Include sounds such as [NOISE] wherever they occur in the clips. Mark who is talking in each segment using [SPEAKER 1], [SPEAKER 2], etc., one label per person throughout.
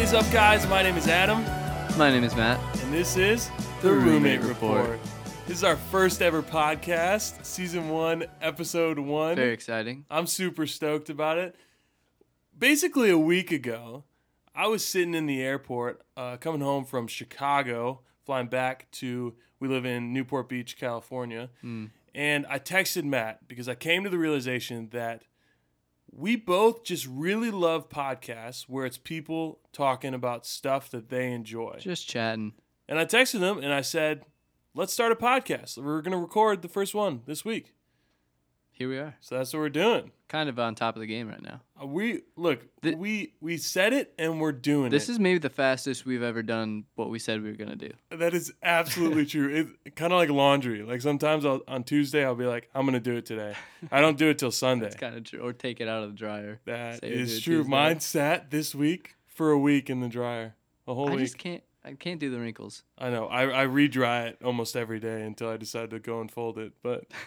[SPEAKER 1] is up, guys? My name is Adam,
[SPEAKER 2] My name is Matt.
[SPEAKER 1] and this is
[SPEAKER 2] The Roommate Report.
[SPEAKER 1] This is our first ever podcast, season one, episode one.
[SPEAKER 2] Very exciting.
[SPEAKER 1] I'm super stoked about it. Basically, a week ago, I was sitting in the airport uh, coming home from Chicago, flying back to, we live in Newport Beach, California. And I texted Matt because I came to the realization that we both just really love podcasts where it's people talking about stuff that they enjoy.
[SPEAKER 2] Just chatting.
[SPEAKER 1] And I texted him and I said, let's start a podcast. We're going to record the first one this week.
[SPEAKER 2] Here we are.
[SPEAKER 1] So that's what we're doing.
[SPEAKER 2] Kind of on top of the game right now.
[SPEAKER 1] Uh, We look,
[SPEAKER 2] Th-
[SPEAKER 1] we we said it and we're doing
[SPEAKER 2] This
[SPEAKER 1] it.
[SPEAKER 2] is maybe the fastest we've ever done what we said we were going to do.
[SPEAKER 1] that is absolutely
[SPEAKER 2] [LAUGHS]
[SPEAKER 1] true. It kind of like laundry. Like sometimes I'll, on Tuesday I'll be like, I'm gonna do it today. I don't do it till Sunday.
[SPEAKER 2] It's kind of true. Or take it out of the dryer.
[SPEAKER 1] That
[SPEAKER 2] Say you'll
[SPEAKER 1] is
[SPEAKER 2] do it
[SPEAKER 1] true.
[SPEAKER 2] Tuesday.
[SPEAKER 1] Mine sat this week for a week in the dryer, a whole
[SPEAKER 2] I
[SPEAKER 1] week.
[SPEAKER 2] just can't. I can't do the wrinkles.
[SPEAKER 1] I know. I I redry it almost every day until I decide to go and fold it. But
[SPEAKER 2] [LAUGHS]
[SPEAKER 1] [LAUGHS]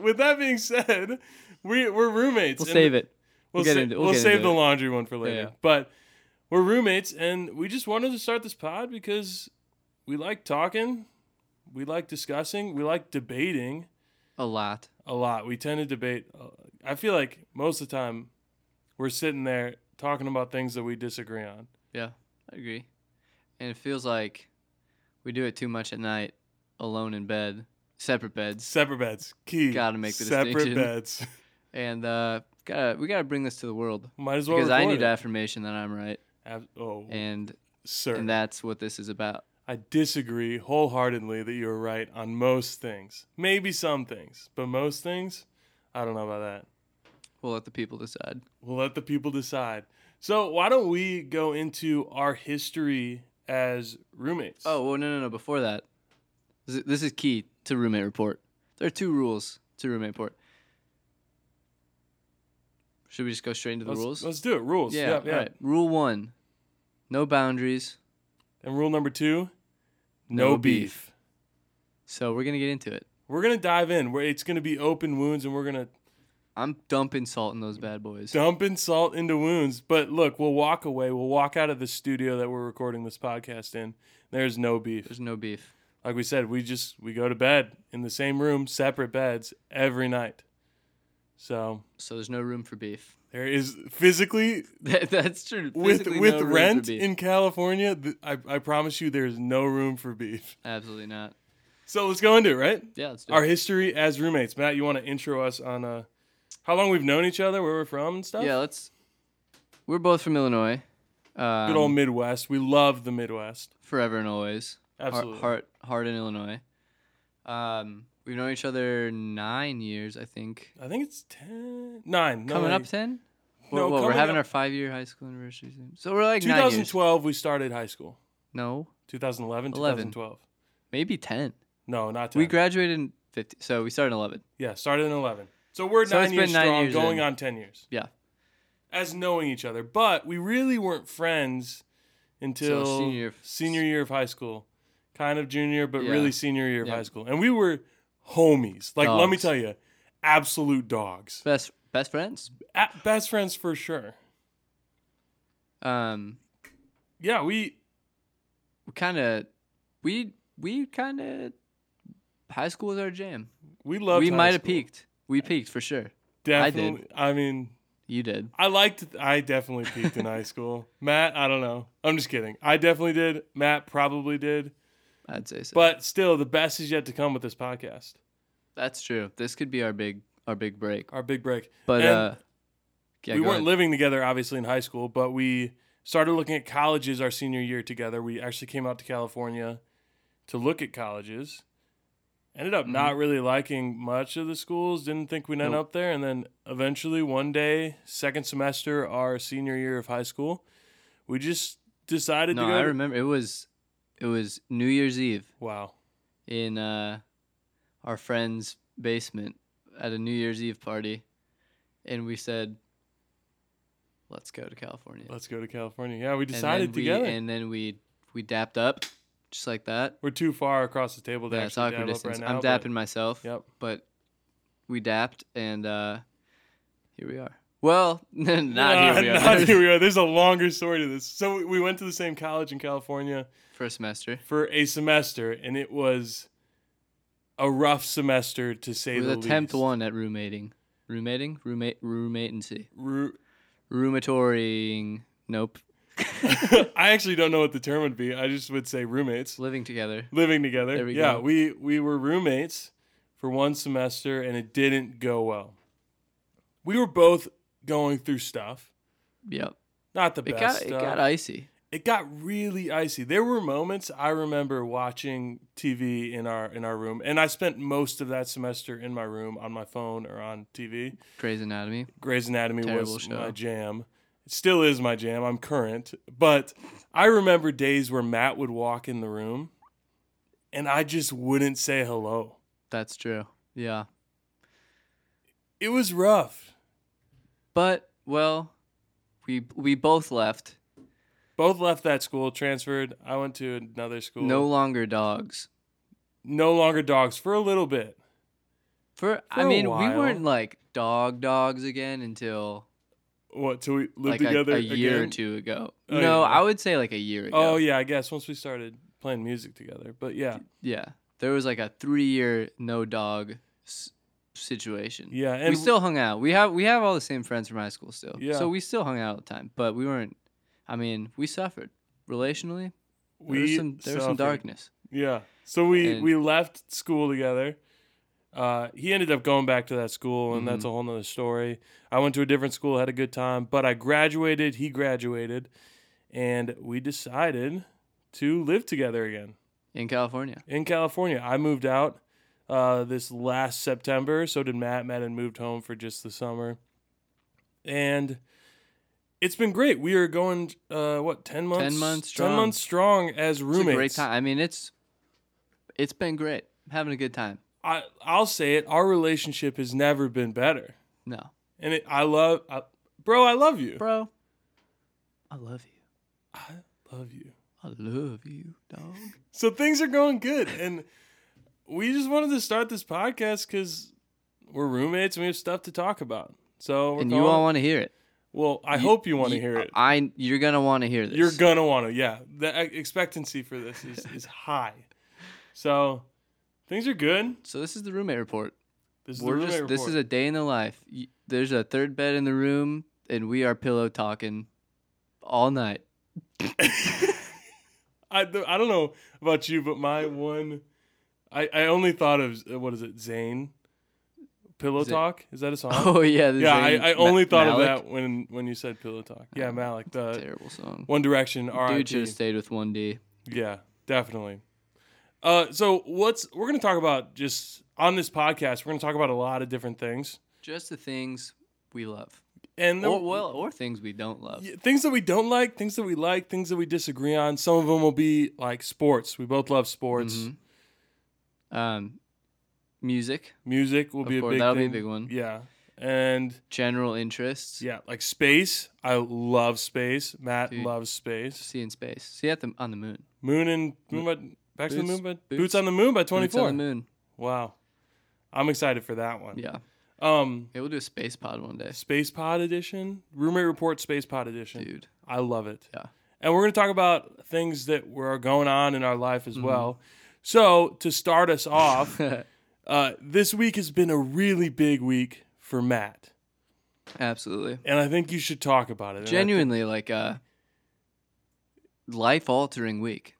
[SPEAKER 1] with that being said, we we're roommates.
[SPEAKER 2] We'll
[SPEAKER 1] and-
[SPEAKER 2] save it.
[SPEAKER 1] We'll,
[SPEAKER 2] We'll get
[SPEAKER 1] sa-
[SPEAKER 2] into-
[SPEAKER 1] we'll,
[SPEAKER 2] we'll get
[SPEAKER 1] save
[SPEAKER 2] into
[SPEAKER 1] the
[SPEAKER 2] it.
[SPEAKER 1] laundry one for later.
[SPEAKER 2] yeah.
[SPEAKER 1] But we're roommates, and we just wanted to start this pod because we like talking, we like discussing, we like debating
[SPEAKER 2] A lot.
[SPEAKER 1] a lot. We tend to debate. uh, I feel like most of the time we're sitting there talking about things that we disagree on.
[SPEAKER 2] Yeah, I agree. And it feels like we do it too much at night, alone in bed, separate beds,
[SPEAKER 1] Separate beds, key.
[SPEAKER 2] Gotta make the
[SPEAKER 1] separate
[SPEAKER 2] distinction.
[SPEAKER 1] beds. [LAUGHS]
[SPEAKER 2] and uh, gotta we gotta bring this to the world
[SPEAKER 1] Might as well
[SPEAKER 2] because I
[SPEAKER 1] record
[SPEAKER 2] need
[SPEAKER 1] it.
[SPEAKER 2] affirmation that I'm right,
[SPEAKER 1] Ab- oh,
[SPEAKER 2] and
[SPEAKER 1] sir,
[SPEAKER 2] and that's what this is about.
[SPEAKER 1] I disagree wholeheartedly that you were right on most things. Maybe some things, but most things, I don't know about that.
[SPEAKER 2] We'll let the people decide.
[SPEAKER 1] We'll let the people decide. So why don't we go into our history as roommates?
[SPEAKER 2] Oh, well, no, no, no. Before that, this is- this is key to roommate report. There are two rules to roommate report. Should we just go straight into the
[SPEAKER 1] let's,
[SPEAKER 2] rules?
[SPEAKER 1] Let's do it. Rules. Yeah, yeah.
[SPEAKER 2] all right. Rule one no boundaries.
[SPEAKER 1] And rule number two, no,
[SPEAKER 2] No
[SPEAKER 1] beef.
[SPEAKER 2] beef. So we're going to get into it.
[SPEAKER 1] We're gonna dive in. Where it's gonna be open wounds, and we're gonna
[SPEAKER 2] I'm dumping salt in those bad boys.
[SPEAKER 1] dumping salt into wounds. But look, we'll walk away. We'll walk out of the studio that we're recording this podcast in. There's no beef.
[SPEAKER 2] There's no beef.
[SPEAKER 1] Like we said, we just we go to bed in the same room, separate beds every night. So
[SPEAKER 2] So there's no room for beef. [LAUGHS]
[SPEAKER 1] there is physically
[SPEAKER 2] That, that's true.
[SPEAKER 1] with
[SPEAKER 2] Physically
[SPEAKER 1] with
[SPEAKER 2] no room for
[SPEAKER 1] rent
[SPEAKER 2] beef.
[SPEAKER 1] in California, th- I, I promise you, there's no room for beef.
[SPEAKER 2] Absolutely not.
[SPEAKER 1] So let's go into it, right?
[SPEAKER 2] Yeah, let's do
[SPEAKER 1] Our
[SPEAKER 2] it.
[SPEAKER 1] history as roommates. Matt, you want to intro us on uh, how long we've known each other, where we're from, and stuff?
[SPEAKER 2] Yeah, let's. We're both from Illinois. Um,
[SPEAKER 1] Good old Midwest. We love the Midwest.
[SPEAKER 2] forever and always. Har-
[SPEAKER 1] Absolutely.
[SPEAKER 2] Hart, Hart in Illinois. Um, we've known each other nine years, I think.
[SPEAKER 1] I think it's ten, nine. no,
[SPEAKER 2] coming
[SPEAKER 1] like-
[SPEAKER 2] up ten.
[SPEAKER 1] No,
[SPEAKER 2] Well, well, we're
[SPEAKER 1] coming
[SPEAKER 2] having
[SPEAKER 1] up-
[SPEAKER 2] our five-year high school anniversary soon, so we're like nine years.
[SPEAKER 1] 2012, we started high school.
[SPEAKER 2] No,
[SPEAKER 1] 2011,
[SPEAKER 2] Eleven.
[SPEAKER 1] 2012.
[SPEAKER 2] maybe ten.
[SPEAKER 1] No, not 10.
[SPEAKER 2] We graduated in fifty, so we started in eleven.
[SPEAKER 1] yeah, started in 11. So we're
[SPEAKER 2] So it's
[SPEAKER 1] nine years
[SPEAKER 2] been nine
[SPEAKER 1] strong,
[SPEAKER 2] years
[SPEAKER 1] going
[SPEAKER 2] in.
[SPEAKER 1] on 10 years
[SPEAKER 2] Yeah,
[SPEAKER 1] as knowing each other. But we really weren't friends until
[SPEAKER 2] senior year of-
[SPEAKER 1] senior year of high school, kind of junior, but
[SPEAKER 2] Yeah.
[SPEAKER 1] really senior year of
[SPEAKER 2] Yeah.
[SPEAKER 1] high school. And we were homies. Like, let me
[SPEAKER 2] Dogs.
[SPEAKER 1] tell you, absolute dogs.
[SPEAKER 2] best best friends.
[SPEAKER 1] A- best friends for sure.
[SPEAKER 2] Um,
[SPEAKER 1] Yeah, we
[SPEAKER 2] we kind of, we we kind of, high school was our jam.
[SPEAKER 1] we loved.
[SPEAKER 2] we
[SPEAKER 1] high
[SPEAKER 2] might have
[SPEAKER 1] school.
[SPEAKER 2] peaked. We peaked for sure. I did.
[SPEAKER 1] Definitely. I, mean,
[SPEAKER 2] You did.
[SPEAKER 1] I liked. I definitely peaked in high school. [LAUGHS] Matt, I don't know. I'm just kidding. I definitely did. Matt probably did.
[SPEAKER 2] I'd say so.
[SPEAKER 1] But still, the best is yet to come with this podcast.
[SPEAKER 2] that's true. This could be our big our big break.
[SPEAKER 1] Our big break.
[SPEAKER 2] But
[SPEAKER 1] And
[SPEAKER 2] uh, yeah,
[SPEAKER 1] we
[SPEAKER 2] go
[SPEAKER 1] weren't
[SPEAKER 2] ahead.
[SPEAKER 1] living together, obviously, in high school, but we started looking at colleges our senior year together. We actually came out to California to look at colleges. Ended up not really liking much of the schools, didn't think we'd end
[SPEAKER 2] Mm-hmm. Nope.
[SPEAKER 1] up there. And then eventually, one day, second semester, our senior year of high school, we just decided
[SPEAKER 2] No,
[SPEAKER 1] to go.
[SPEAKER 2] I
[SPEAKER 1] to-
[SPEAKER 2] remember it was it was New Year's Eve
[SPEAKER 1] wow.
[SPEAKER 2] in uh, our friend's basement at a New Year's Eve party, and we said, "Let's go to California."
[SPEAKER 1] Let's go to California. Yeah, we
[SPEAKER 2] And then
[SPEAKER 1] decided
[SPEAKER 2] we-
[SPEAKER 1] together.
[SPEAKER 2] and then we we dapped up just like that.
[SPEAKER 1] We're too far across the table to
[SPEAKER 2] Yeah, it's
[SPEAKER 1] actually
[SPEAKER 2] awkward
[SPEAKER 1] dab up
[SPEAKER 2] distance.
[SPEAKER 1] right now.
[SPEAKER 2] I'm
[SPEAKER 1] but-
[SPEAKER 2] dapping myself,
[SPEAKER 1] Yep.
[SPEAKER 2] but we dapped, and uh, here we are. Well, [LAUGHS] not
[SPEAKER 1] Uh,
[SPEAKER 2] here we
[SPEAKER 1] [LAUGHS]
[SPEAKER 2] are.
[SPEAKER 1] not here we are. There's a longer story to this. So we- we went to the same college in California
[SPEAKER 2] For a semester.
[SPEAKER 1] for a semester, and it was a rough semester to say
[SPEAKER 2] It was
[SPEAKER 1] the
[SPEAKER 2] attempt
[SPEAKER 1] least.
[SPEAKER 2] one at roommating. Roommating? Roommate roommatency.
[SPEAKER 1] Ru- [LAUGHS]
[SPEAKER 2] Roomatoring. Nope.
[SPEAKER 1] I actually don't know what the term would be. I just would say roommates
[SPEAKER 2] Living together.
[SPEAKER 1] living together.
[SPEAKER 2] There we
[SPEAKER 1] yeah,
[SPEAKER 2] go.
[SPEAKER 1] we we were roommates for one semester, and it didn't go well. We were both going through stuff,
[SPEAKER 2] Yep.
[SPEAKER 1] not the
[SPEAKER 2] It
[SPEAKER 1] best.
[SPEAKER 2] got it
[SPEAKER 1] stuff.
[SPEAKER 2] got icy.
[SPEAKER 1] it got really icy. There were moments I remember watching TV in our in our room, and I spent most of that semester in my room on my phone or on TV.
[SPEAKER 2] Grey's Anatomy.
[SPEAKER 1] Grey's Anatomy
[SPEAKER 2] Terrible
[SPEAKER 1] was
[SPEAKER 2] show.
[SPEAKER 1] my jam. It still is my jam. I'm current, but I remember days where Matt would walk in the room, and I just wouldn't say hello.
[SPEAKER 2] That's true. Yeah.
[SPEAKER 1] It was rough.
[SPEAKER 2] But well, we we both left.
[SPEAKER 1] Both left that school, transferred. I went to another school.
[SPEAKER 2] No longer dogs.
[SPEAKER 1] no longer dogs for a little bit.
[SPEAKER 2] For,
[SPEAKER 1] For
[SPEAKER 2] I
[SPEAKER 1] a
[SPEAKER 2] mean, we
[SPEAKER 1] while.
[SPEAKER 2] weren't like dog dogs again until
[SPEAKER 1] What till we lived
[SPEAKER 2] like a,
[SPEAKER 1] together
[SPEAKER 2] a year
[SPEAKER 1] again?
[SPEAKER 2] or two ago.
[SPEAKER 1] Oh,
[SPEAKER 2] no,
[SPEAKER 1] yeah.
[SPEAKER 2] I would say like a year ago.
[SPEAKER 1] Oh yeah, I guess once we started playing music together. But yeah,
[SPEAKER 2] Yeah. There was like a 3-year no dog s- situation.
[SPEAKER 1] yeah, and
[SPEAKER 2] we still hung out. We have we have all the same friends from high school still.
[SPEAKER 1] Yeah.
[SPEAKER 2] So we still hung out all the time, but we weren't I mean, we suffered relationally.
[SPEAKER 1] we
[SPEAKER 2] there was some there was
[SPEAKER 1] suffered.
[SPEAKER 2] some darkness.
[SPEAKER 1] Yeah, so we
[SPEAKER 2] And-
[SPEAKER 1] we left school together. Uh, he ended up going back to that school, and
[SPEAKER 2] Mm-hmm.
[SPEAKER 1] that's a whole nother story. I went to a different school, had a good time, but I graduated. He graduated, and we decided to live together again
[SPEAKER 2] In California.
[SPEAKER 1] in California. I moved out uh, this last September. So did Matt. Matt had moved home for just the summer, and it's been great. We are going uh, what ten months?
[SPEAKER 2] months
[SPEAKER 1] Ten
[SPEAKER 2] strong.
[SPEAKER 1] months strong as roommates.
[SPEAKER 2] It's a great time. I mean, it's it's been great. I'm having a good time.
[SPEAKER 1] I, I'll say it. Our relationship has never been better,
[SPEAKER 2] No.
[SPEAKER 1] and it, I love, I, bro. I love you.
[SPEAKER 2] Bro, I love you.
[SPEAKER 1] I love you.
[SPEAKER 2] I love you, dog.
[SPEAKER 1] So things are going good, and we just wanted to start this podcast because we're roommates and we have stuff to talk about. So we're
[SPEAKER 2] and
[SPEAKER 1] calling
[SPEAKER 2] you
[SPEAKER 1] it-
[SPEAKER 2] all want to hear it.
[SPEAKER 1] Well, I hope you want to hear it.
[SPEAKER 2] I you're going to want to hear this.
[SPEAKER 1] You're gonna want to. Yeah, the e- expectancy for this is is high. So things are good.
[SPEAKER 2] so this is the roommate report.
[SPEAKER 1] This is
[SPEAKER 2] We're
[SPEAKER 1] the
[SPEAKER 2] just
[SPEAKER 1] roommate
[SPEAKER 2] this is
[SPEAKER 1] report.
[SPEAKER 2] a day in the life. Y- There's a third bed in the room, and we are pillow talking all night. [LAUGHS]
[SPEAKER 1] I th- I don't know about you, but my one, I I only thought of uh, what is it, Zane, Pillow
[SPEAKER 2] Zane-
[SPEAKER 1] Talk? Is that a song?
[SPEAKER 2] Oh yeah,
[SPEAKER 1] [LAUGHS]
[SPEAKER 2] the
[SPEAKER 1] yeah,
[SPEAKER 2] Zayn
[SPEAKER 1] I, I
[SPEAKER 2] Ma-
[SPEAKER 1] only thought
[SPEAKER 2] Malik. Oh,
[SPEAKER 1] of that when when you said Pillow Talk. Yeah, Malik, the
[SPEAKER 2] Terrible song.
[SPEAKER 1] One Direction,
[SPEAKER 2] Dude should
[SPEAKER 1] R.I.P.
[SPEAKER 2] have stayed with One D.
[SPEAKER 1] Yeah, definitely. Uh, so what's we're gonna talk about just on this podcast? We're gonna talk about a lot of different things,
[SPEAKER 2] Just the things we love,
[SPEAKER 1] and the-
[SPEAKER 2] or well, or things we don't love.
[SPEAKER 1] Yeah, things that we don't like, things that we like, things that we disagree on. Some of them will be like sports. We both love sports.
[SPEAKER 2] Mhm. Um, music,
[SPEAKER 1] Music will
[SPEAKER 2] Of
[SPEAKER 1] be a
[SPEAKER 2] course,
[SPEAKER 1] big
[SPEAKER 2] that'll be a
[SPEAKER 1] thing.
[SPEAKER 2] big one.
[SPEAKER 1] Yeah. And
[SPEAKER 2] general interests.
[SPEAKER 1] yeah, like space. I love space. Matt
[SPEAKER 2] Dude.
[SPEAKER 1] loves space.
[SPEAKER 2] See in space. See at the on the moon.
[SPEAKER 1] Moon and moon by, back to the
[SPEAKER 2] Boots-
[SPEAKER 1] moon by boots,
[SPEAKER 2] Boots-
[SPEAKER 1] on the moon by twenty
[SPEAKER 2] Boots
[SPEAKER 1] four.
[SPEAKER 2] on the moon.
[SPEAKER 1] Wow. I'm excited for that one.
[SPEAKER 2] Yeah.
[SPEAKER 1] Um
[SPEAKER 2] Hey, we'll do a space pod one day,
[SPEAKER 1] Space Pod Edition. Roommate Report Space Pod Edition.
[SPEAKER 2] dude.
[SPEAKER 1] I love it.
[SPEAKER 2] Yeah.
[SPEAKER 1] And we're going to talk about things that were going on in our life
[SPEAKER 2] Mm-hmm.
[SPEAKER 1] as well. So, to start us
[SPEAKER 2] [LAUGHS]
[SPEAKER 1] off, uh, this week has been a really big week for Matt.
[SPEAKER 2] Absolutely.
[SPEAKER 1] And I think you should talk about it. And I
[SPEAKER 2] genuinely like a life altering week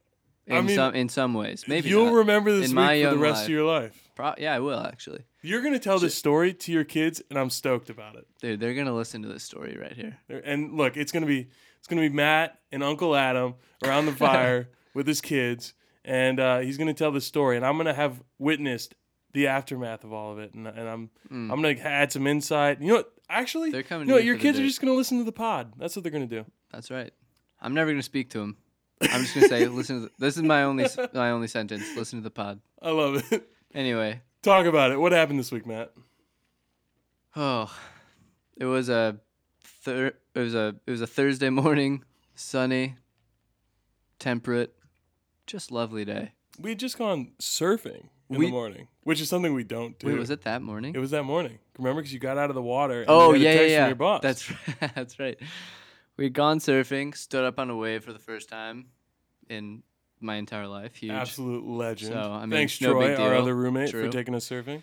[SPEAKER 2] in
[SPEAKER 1] I mean,
[SPEAKER 2] some in some ways
[SPEAKER 1] think
[SPEAKER 2] maybe
[SPEAKER 1] You'll
[SPEAKER 2] not.
[SPEAKER 1] remember this
[SPEAKER 2] In
[SPEAKER 1] week
[SPEAKER 2] my
[SPEAKER 1] for the
[SPEAKER 2] young
[SPEAKER 1] rest
[SPEAKER 2] life.
[SPEAKER 1] of your life.
[SPEAKER 2] Pro- yeah i will actually
[SPEAKER 1] You're going to tell this story to your kids, and I'm stoked about it.
[SPEAKER 2] dude they're gonna listen to this story right here
[SPEAKER 1] And look, it's going to be it's going to be Matt and Uncle Adam
[SPEAKER 2] [LAUGHS]
[SPEAKER 1] around the fire with his kids, and uh, he's going to tell the story, and I'm going to have witnessed the aftermath of all of it, and, and I'm
[SPEAKER 2] Mm.
[SPEAKER 1] I'm going to add some insight. You know, what? actually,
[SPEAKER 2] They're coming
[SPEAKER 1] You know,
[SPEAKER 2] to
[SPEAKER 1] what?
[SPEAKER 2] you
[SPEAKER 1] your
[SPEAKER 2] for the
[SPEAKER 1] kids are
[SPEAKER 2] dirt.
[SPEAKER 1] just going to listen to the pod. That's what they're going to do.
[SPEAKER 2] that's right i'm never gonna speak to him i'm just
[SPEAKER 1] [LAUGHS]
[SPEAKER 2] gonna say listen to the- this is my only s- my only sentence listen to the pod
[SPEAKER 1] I love it. [LAUGHS]
[SPEAKER 2] anyway
[SPEAKER 1] Talk about it. What happened this week, Matt?
[SPEAKER 2] oh it was a thir- it was a it was a thursday morning sunny temperate just lovely day
[SPEAKER 1] We had just gone surfing in
[SPEAKER 2] We-
[SPEAKER 1] the morning, which is something we don't do.
[SPEAKER 2] Wait, was it that morning?
[SPEAKER 1] It was that morning. Remember, because you got out of the water. And
[SPEAKER 2] oh
[SPEAKER 1] you had a
[SPEAKER 2] yeah, yeah,
[SPEAKER 1] text
[SPEAKER 2] yeah.
[SPEAKER 1] From your boss.
[SPEAKER 2] That's [LAUGHS] that's right. We'd gone surfing, stood up on a wave for the first time in my entire life. Huge.
[SPEAKER 1] absolute legend.
[SPEAKER 2] So, I mean,
[SPEAKER 1] Thanks,
[SPEAKER 2] no
[SPEAKER 1] Troy,
[SPEAKER 2] big
[SPEAKER 1] our
[SPEAKER 2] deal.
[SPEAKER 1] other roommate, for
[SPEAKER 2] True.
[SPEAKER 1] taking us surfing.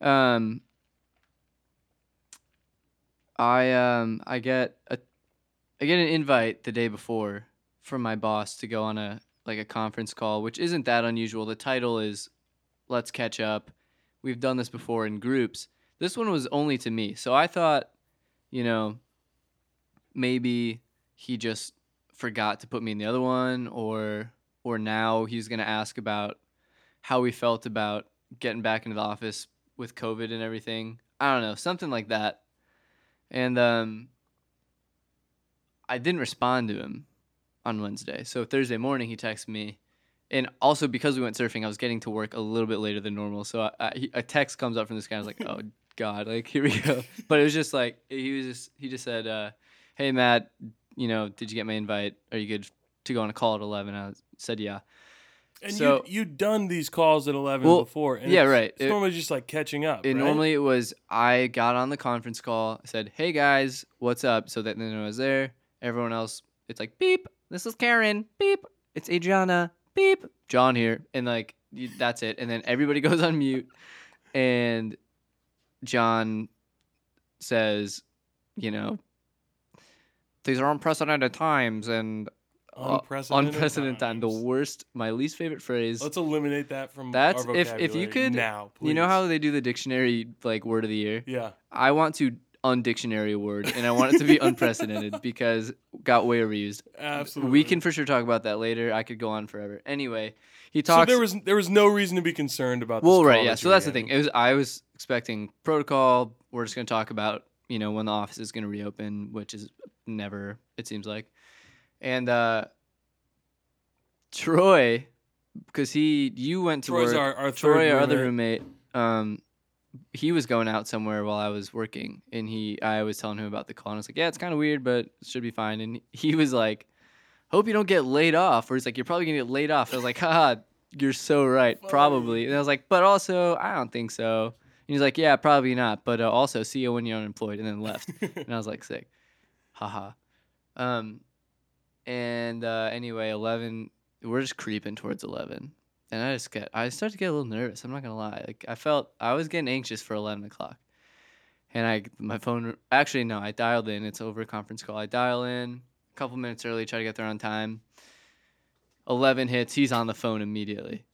[SPEAKER 2] Um, I um I get a I get an invite the day before from my boss to go on a like a conference call, which isn't that unusual. The title is "Let's Catch Up." We've done this before in groups. This one was only to me, so I thought, you know, maybe he just forgot to put me in the other one, or or now he's gonna ask about how we felt about getting back into the office with COVID and everything. I don't know, something like that. And um, I didn't respond to him on Wednesday. So Thursday morning, he texted me. And also because we went surfing, I was getting to work a little bit later than normal. So I, I, he- a text comes up from this guy. I was like, oh, God, like, here we go. But it was just like, he was just, he just said, uh, hey, Matt, you know, did you get my invite? Are you good to go on a call at 11? I was- said, yeah.
[SPEAKER 1] And
[SPEAKER 2] So-
[SPEAKER 1] you you done these calls at eleven
[SPEAKER 2] Well,
[SPEAKER 1] before. And
[SPEAKER 2] yeah,
[SPEAKER 1] it's-
[SPEAKER 2] right.
[SPEAKER 1] It's
[SPEAKER 2] It-
[SPEAKER 1] normally just like catching up.
[SPEAKER 2] It
[SPEAKER 1] right?
[SPEAKER 2] normally it was I got on the conference call, said, "Hey guys, what's up?" So that then I was there. Everyone else, it's like beep. This is Karen. Beep. It's Adriana. Beep. John here, and like you, that's it. And then everybody [LAUGHS] goes on mute, and John says, "You know, these are unprecedented times and uh,
[SPEAKER 1] unprecedented,
[SPEAKER 2] unprecedented time. The
[SPEAKER 1] times.
[SPEAKER 2] worst, my least favorite phrase.
[SPEAKER 1] Let's eliminate that from
[SPEAKER 2] That's-
[SPEAKER 1] our
[SPEAKER 2] if- if you
[SPEAKER 1] vocabulary
[SPEAKER 2] could-
[SPEAKER 1] now. Please.
[SPEAKER 2] you know how they do the dictionary like word of the year?
[SPEAKER 1] Yeah.
[SPEAKER 2] I want to undictionary a word and I want it
[SPEAKER 1] [LAUGHS]
[SPEAKER 2] to be unprecedented because got way overused.
[SPEAKER 1] Absolutely.
[SPEAKER 2] We can for sure talk about that later. I could go on forever. Anyway, he
[SPEAKER 1] So
[SPEAKER 2] talks
[SPEAKER 1] there was there was no reason to be concerned about. This
[SPEAKER 2] Well,
[SPEAKER 1] call
[SPEAKER 2] right, yeah.
[SPEAKER 1] that
[SPEAKER 2] So
[SPEAKER 1] you were
[SPEAKER 2] that's the thing.
[SPEAKER 1] getting.
[SPEAKER 2] It was I was expecting protocol. We're just going to talk about, you know, when the office is going to reopen, which is never it seems like. And uh Troy because he you went to
[SPEAKER 1] Troy's
[SPEAKER 2] work
[SPEAKER 1] our, our
[SPEAKER 2] Troy,
[SPEAKER 1] third
[SPEAKER 2] our other roommate, um, he was going out somewhere while I was working, and he, I was telling him about the call, and I was like, "Yeah, it's kind of weird, but it should be fine." And [LAUGHS] he was like, "Hope you don't get laid off," or he's like, "You're probably gonna get laid off." I was like, "Haha, you're so right, probably." And I was like, "But also, I don't think so." And he's like, "Yeah, probably not, but uh, also see you when you're unemployed," and then left. [LAUGHS]
[SPEAKER 1] [LAUGHS]
[SPEAKER 2] and I was like, "Sick, haha." Um, and uh, anyway, eleven. We're just creeping towards eleven and I just get I started to get a little nervous. I'm not gonna lie. Like I felt I was getting anxious for eleven o'clock, and I my phone actually no I dialed in. It's over a conference call. I dial in a couple minutes early, try to get there on time. Eleven hits. He's on the phone immediately,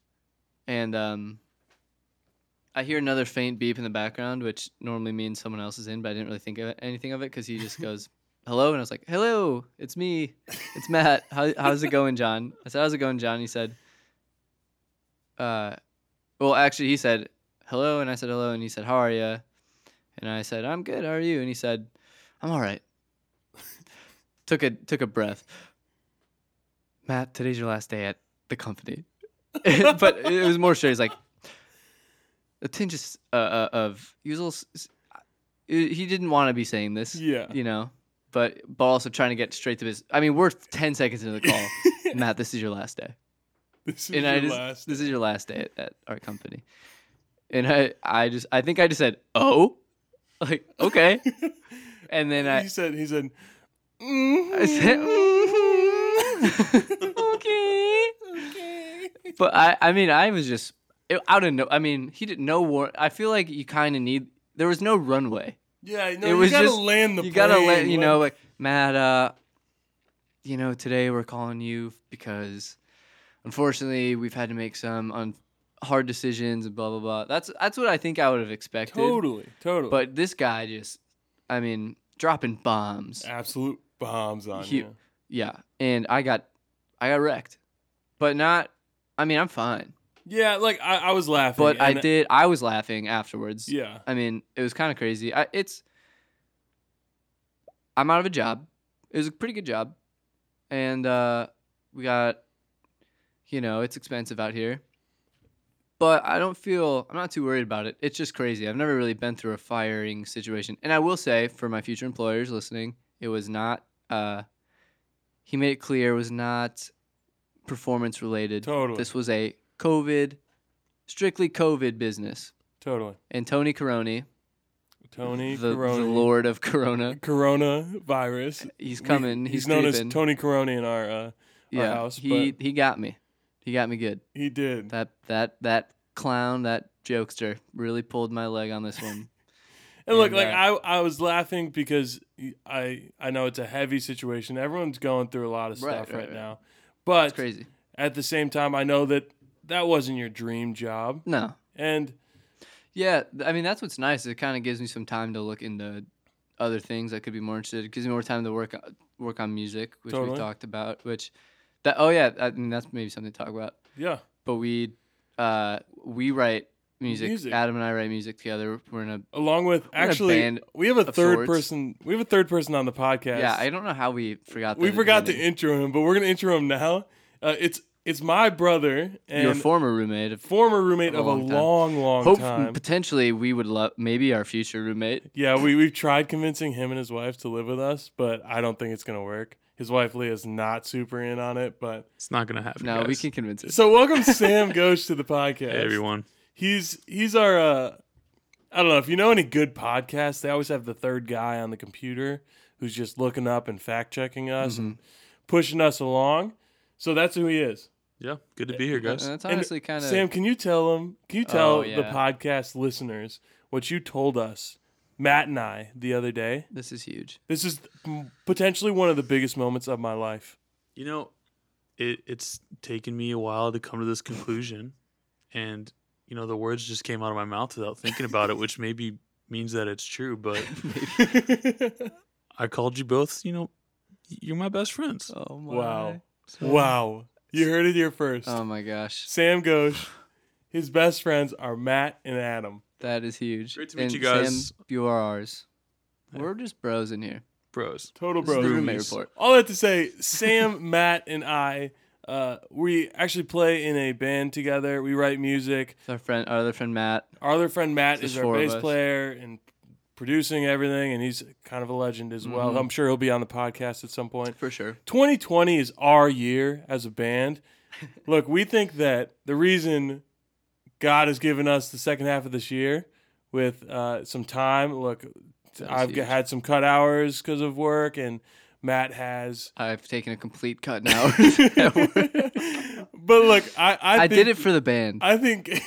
[SPEAKER 2] and um. I hear another faint beep in the background, which normally means someone else is in, but I didn't really think of it, anything of it because he just goes, "Hello," and I was like, "Hello, it's me, it's Matt. How, how's it going, John?" I said, "How's it going, John?" He said, uh, well, actually, he said hello, and I said hello, and he said how are you, and I said I'm good. How are you? And he said I'm all right. [LAUGHS] took a took a breath. Matt, today's your last day at the company, [LAUGHS] but it was more straight. He's like a tinge of s- uh, uh, of he was a little, s- s- he didn't want to be saying this,
[SPEAKER 1] Yeah.
[SPEAKER 2] you know, but but also trying to get straight to his. I mean, we're ten seconds into the call. Matt, this is your last day
[SPEAKER 1] [LAUGHS] This is
[SPEAKER 2] and
[SPEAKER 1] your
[SPEAKER 2] I just
[SPEAKER 1] last.
[SPEAKER 2] this is your last day at, at our company. And I I just I think I just said oh, like okay, and then
[SPEAKER 1] he
[SPEAKER 2] I
[SPEAKER 1] said he said.
[SPEAKER 2] [LAUGHS]
[SPEAKER 1] "Mm-hmm." [LAUGHS]
[SPEAKER 2] I said "Mm-hmm,
[SPEAKER 1] "Mhm."
[SPEAKER 2] okay,
[SPEAKER 1] [LAUGHS] Okay.
[SPEAKER 2] but I I mean I was just it, out of no I mean he didn't know war. I feel like you kind of need there was no runway.
[SPEAKER 1] Yeah, no,
[SPEAKER 2] It
[SPEAKER 1] you
[SPEAKER 2] was
[SPEAKER 1] gotta
[SPEAKER 2] just-
[SPEAKER 1] land the
[SPEAKER 2] you gotta let
[SPEAKER 1] plane,
[SPEAKER 2] you know like Matt. Uh, you know today we're calling you because unfortunately we've had to make some un- hard decisions and blah blah blah. That's that's what I think I would have expected.
[SPEAKER 1] Totally, totally.
[SPEAKER 2] But this guy just, I mean, dropping bombs.
[SPEAKER 1] absolute bombs on
[SPEAKER 2] He-
[SPEAKER 1] you.
[SPEAKER 2] Yeah, and I got, I got wrecked, but not. I mean, I'm fine,
[SPEAKER 1] Yeah, like I, I was laughing,
[SPEAKER 2] but I
[SPEAKER 1] and- uh,
[SPEAKER 2] did. I was laughing afterwards.
[SPEAKER 1] Yeah,
[SPEAKER 2] I mean, it was kind of crazy. I, it's I'm out of a job. It was a pretty good job, and uh, we got, you know, it's expensive out here, but I don't feel I'm not too worried about it. It's just crazy. I've never really been through a firing situation, and I will say for my future employers listening, it was not. Uh, he made it clear it was not performance related.
[SPEAKER 1] Totally.
[SPEAKER 2] This was a COVID strictly COVID business.
[SPEAKER 1] Totally.
[SPEAKER 2] And Tony Caroni,
[SPEAKER 1] Tony
[SPEAKER 2] the, the
[SPEAKER 1] Corona.
[SPEAKER 2] Lord of Corona,
[SPEAKER 1] Coronavirus.
[SPEAKER 2] he's coming.
[SPEAKER 1] We-
[SPEAKER 2] he's
[SPEAKER 1] known
[SPEAKER 2] creeping.
[SPEAKER 1] as Tony Corona in our uh,
[SPEAKER 2] yeah,
[SPEAKER 1] house,
[SPEAKER 2] he he got me. He got me good.
[SPEAKER 1] he did.
[SPEAKER 2] That that that clown, that jokester, really pulled my leg on this
[SPEAKER 1] [LAUGHS]
[SPEAKER 2] one.
[SPEAKER 1] And look,
[SPEAKER 2] And,
[SPEAKER 1] like
[SPEAKER 2] uh,
[SPEAKER 1] I, I was laughing because I, I know it's a heavy situation. Everyone's going through a lot of
[SPEAKER 2] Right,
[SPEAKER 1] stuff
[SPEAKER 2] right,
[SPEAKER 1] right,
[SPEAKER 2] right.
[SPEAKER 1] now,
[SPEAKER 2] It's
[SPEAKER 1] but
[SPEAKER 2] crazy.
[SPEAKER 1] at the same time, I know that that wasn't your dream job,
[SPEAKER 2] No,
[SPEAKER 1] and
[SPEAKER 2] yeah, th- I mean that's what's nice. It kind of gives me some time to look into other things that could be more interested. It gives me more time to work o- work on music, which we
[SPEAKER 1] Totally.
[SPEAKER 2] talked about. Which that oh yeah, I mean that's maybe something to talk about.
[SPEAKER 1] yeah,
[SPEAKER 2] But we uh we write music.
[SPEAKER 1] Music.
[SPEAKER 2] Adam and I write music together. We're in a
[SPEAKER 1] along with
[SPEAKER 2] in a
[SPEAKER 1] actually,
[SPEAKER 2] band
[SPEAKER 1] we have a
[SPEAKER 2] of
[SPEAKER 1] third
[SPEAKER 2] sorts.
[SPEAKER 1] person. We have a third person on the podcast.
[SPEAKER 2] yeah. I don't know how we forgot.
[SPEAKER 1] we
[SPEAKER 2] that at
[SPEAKER 1] forgot to
[SPEAKER 2] beginning.
[SPEAKER 1] intro him, but we're gonna intro him now. Uh, it's it's my brother
[SPEAKER 2] your
[SPEAKER 1] and
[SPEAKER 2] former roommate of
[SPEAKER 1] former roommate
[SPEAKER 2] A
[SPEAKER 1] of a
[SPEAKER 2] long time.
[SPEAKER 1] long, long
[SPEAKER 2] Hope
[SPEAKER 1] time.
[SPEAKER 2] potentially we would love maybe our future roommate.
[SPEAKER 1] [LAUGHS] Yeah, we we've tried convincing him and his wife to live with us, but I don't think it's gonna work. His wife Leah's not super in on it, but
[SPEAKER 3] It's not gonna happen.
[SPEAKER 2] No, we
[SPEAKER 3] guys.
[SPEAKER 2] can convince him.
[SPEAKER 1] so welcome
[SPEAKER 2] [LAUGHS]
[SPEAKER 1] Sam Ghosh to the podcast.
[SPEAKER 3] Hey, everyone.
[SPEAKER 1] He's he's our uh I don't know, if you know any good podcasts, they always have the third guy on the computer who's just looking up and fact checking us and
[SPEAKER 2] Mm-hmm.
[SPEAKER 1] pushing us along. So that's who he is.
[SPEAKER 3] Yeah, good to be here, guys.
[SPEAKER 2] That's
[SPEAKER 1] And
[SPEAKER 2] honestly kind of
[SPEAKER 1] Sam, can you tell him can you tell
[SPEAKER 2] Oh,
[SPEAKER 1] the
[SPEAKER 2] yeah.
[SPEAKER 1] podcast listeners what you told us, Matt and I, the other day?
[SPEAKER 2] this
[SPEAKER 1] [LAUGHS]
[SPEAKER 2] is huge.
[SPEAKER 1] This is m- potentially one of the biggest moments of my life.
[SPEAKER 3] You know, it, it's taken me a while to come to this conclusion, and you know the words just came out of my mouth without thinking about it, which maybe means that it's true. But
[SPEAKER 1] [LAUGHS]
[SPEAKER 3] I called you both. You know, you're my best friends.
[SPEAKER 2] Oh my!
[SPEAKER 1] Wow. wow. You heard it here first.
[SPEAKER 2] Oh my gosh,
[SPEAKER 1] Sam Ghosh, his best friends are Matt and Adam.
[SPEAKER 2] that is huge.
[SPEAKER 3] Great to meet
[SPEAKER 2] And
[SPEAKER 3] you guys.
[SPEAKER 2] Sam, you are ours.
[SPEAKER 3] Yeah.
[SPEAKER 2] We're just bros in here.
[SPEAKER 3] Bros,
[SPEAKER 1] Total
[SPEAKER 2] This is
[SPEAKER 1] bros.
[SPEAKER 2] the roommate
[SPEAKER 3] Roomies.
[SPEAKER 2] report.
[SPEAKER 1] All that to say, Sam, [LAUGHS] Matt, and I, uh, we actually play in a band together. We write music.
[SPEAKER 2] It's our friend, our other friend Matt.
[SPEAKER 1] Our other friend Matt
[SPEAKER 2] There's
[SPEAKER 1] is our
[SPEAKER 2] four of
[SPEAKER 1] bass
[SPEAKER 2] us.
[SPEAKER 1] player and producing everything, and he's kind of a legend as well.
[SPEAKER 2] Mhm.
[SPEAKER 1] I'm sure he'll be on the podcast at some point.
[SPEAKER 2] For sure.
[SPEAKER 1] 2020 is our year as a
[SPEAKER 2] [LAUGHS]
[SPEAKER 1] band. Look, we think that the reason God has given us the second half of this year with uh, some time. Look,
[SPEAKER 2] That is
[SPEAKER 1] I've g
[SPEAKER 2] huge.
[SPEAKER 1] had some cut hours because of work, and Matt has.
[SPEAKER 2] I've taken a complete cut now.
[SPEAKER 1] [LAUGHS]
[SPEAKER 2] [LAUGHS]
[SPEAKER 1] but look, I I,
[SPEAKER 2] I
[SPEAKER 1] think,
[SPEAKER 2] did it for the band.
[SPEAKER 1] I think [LAUGHS]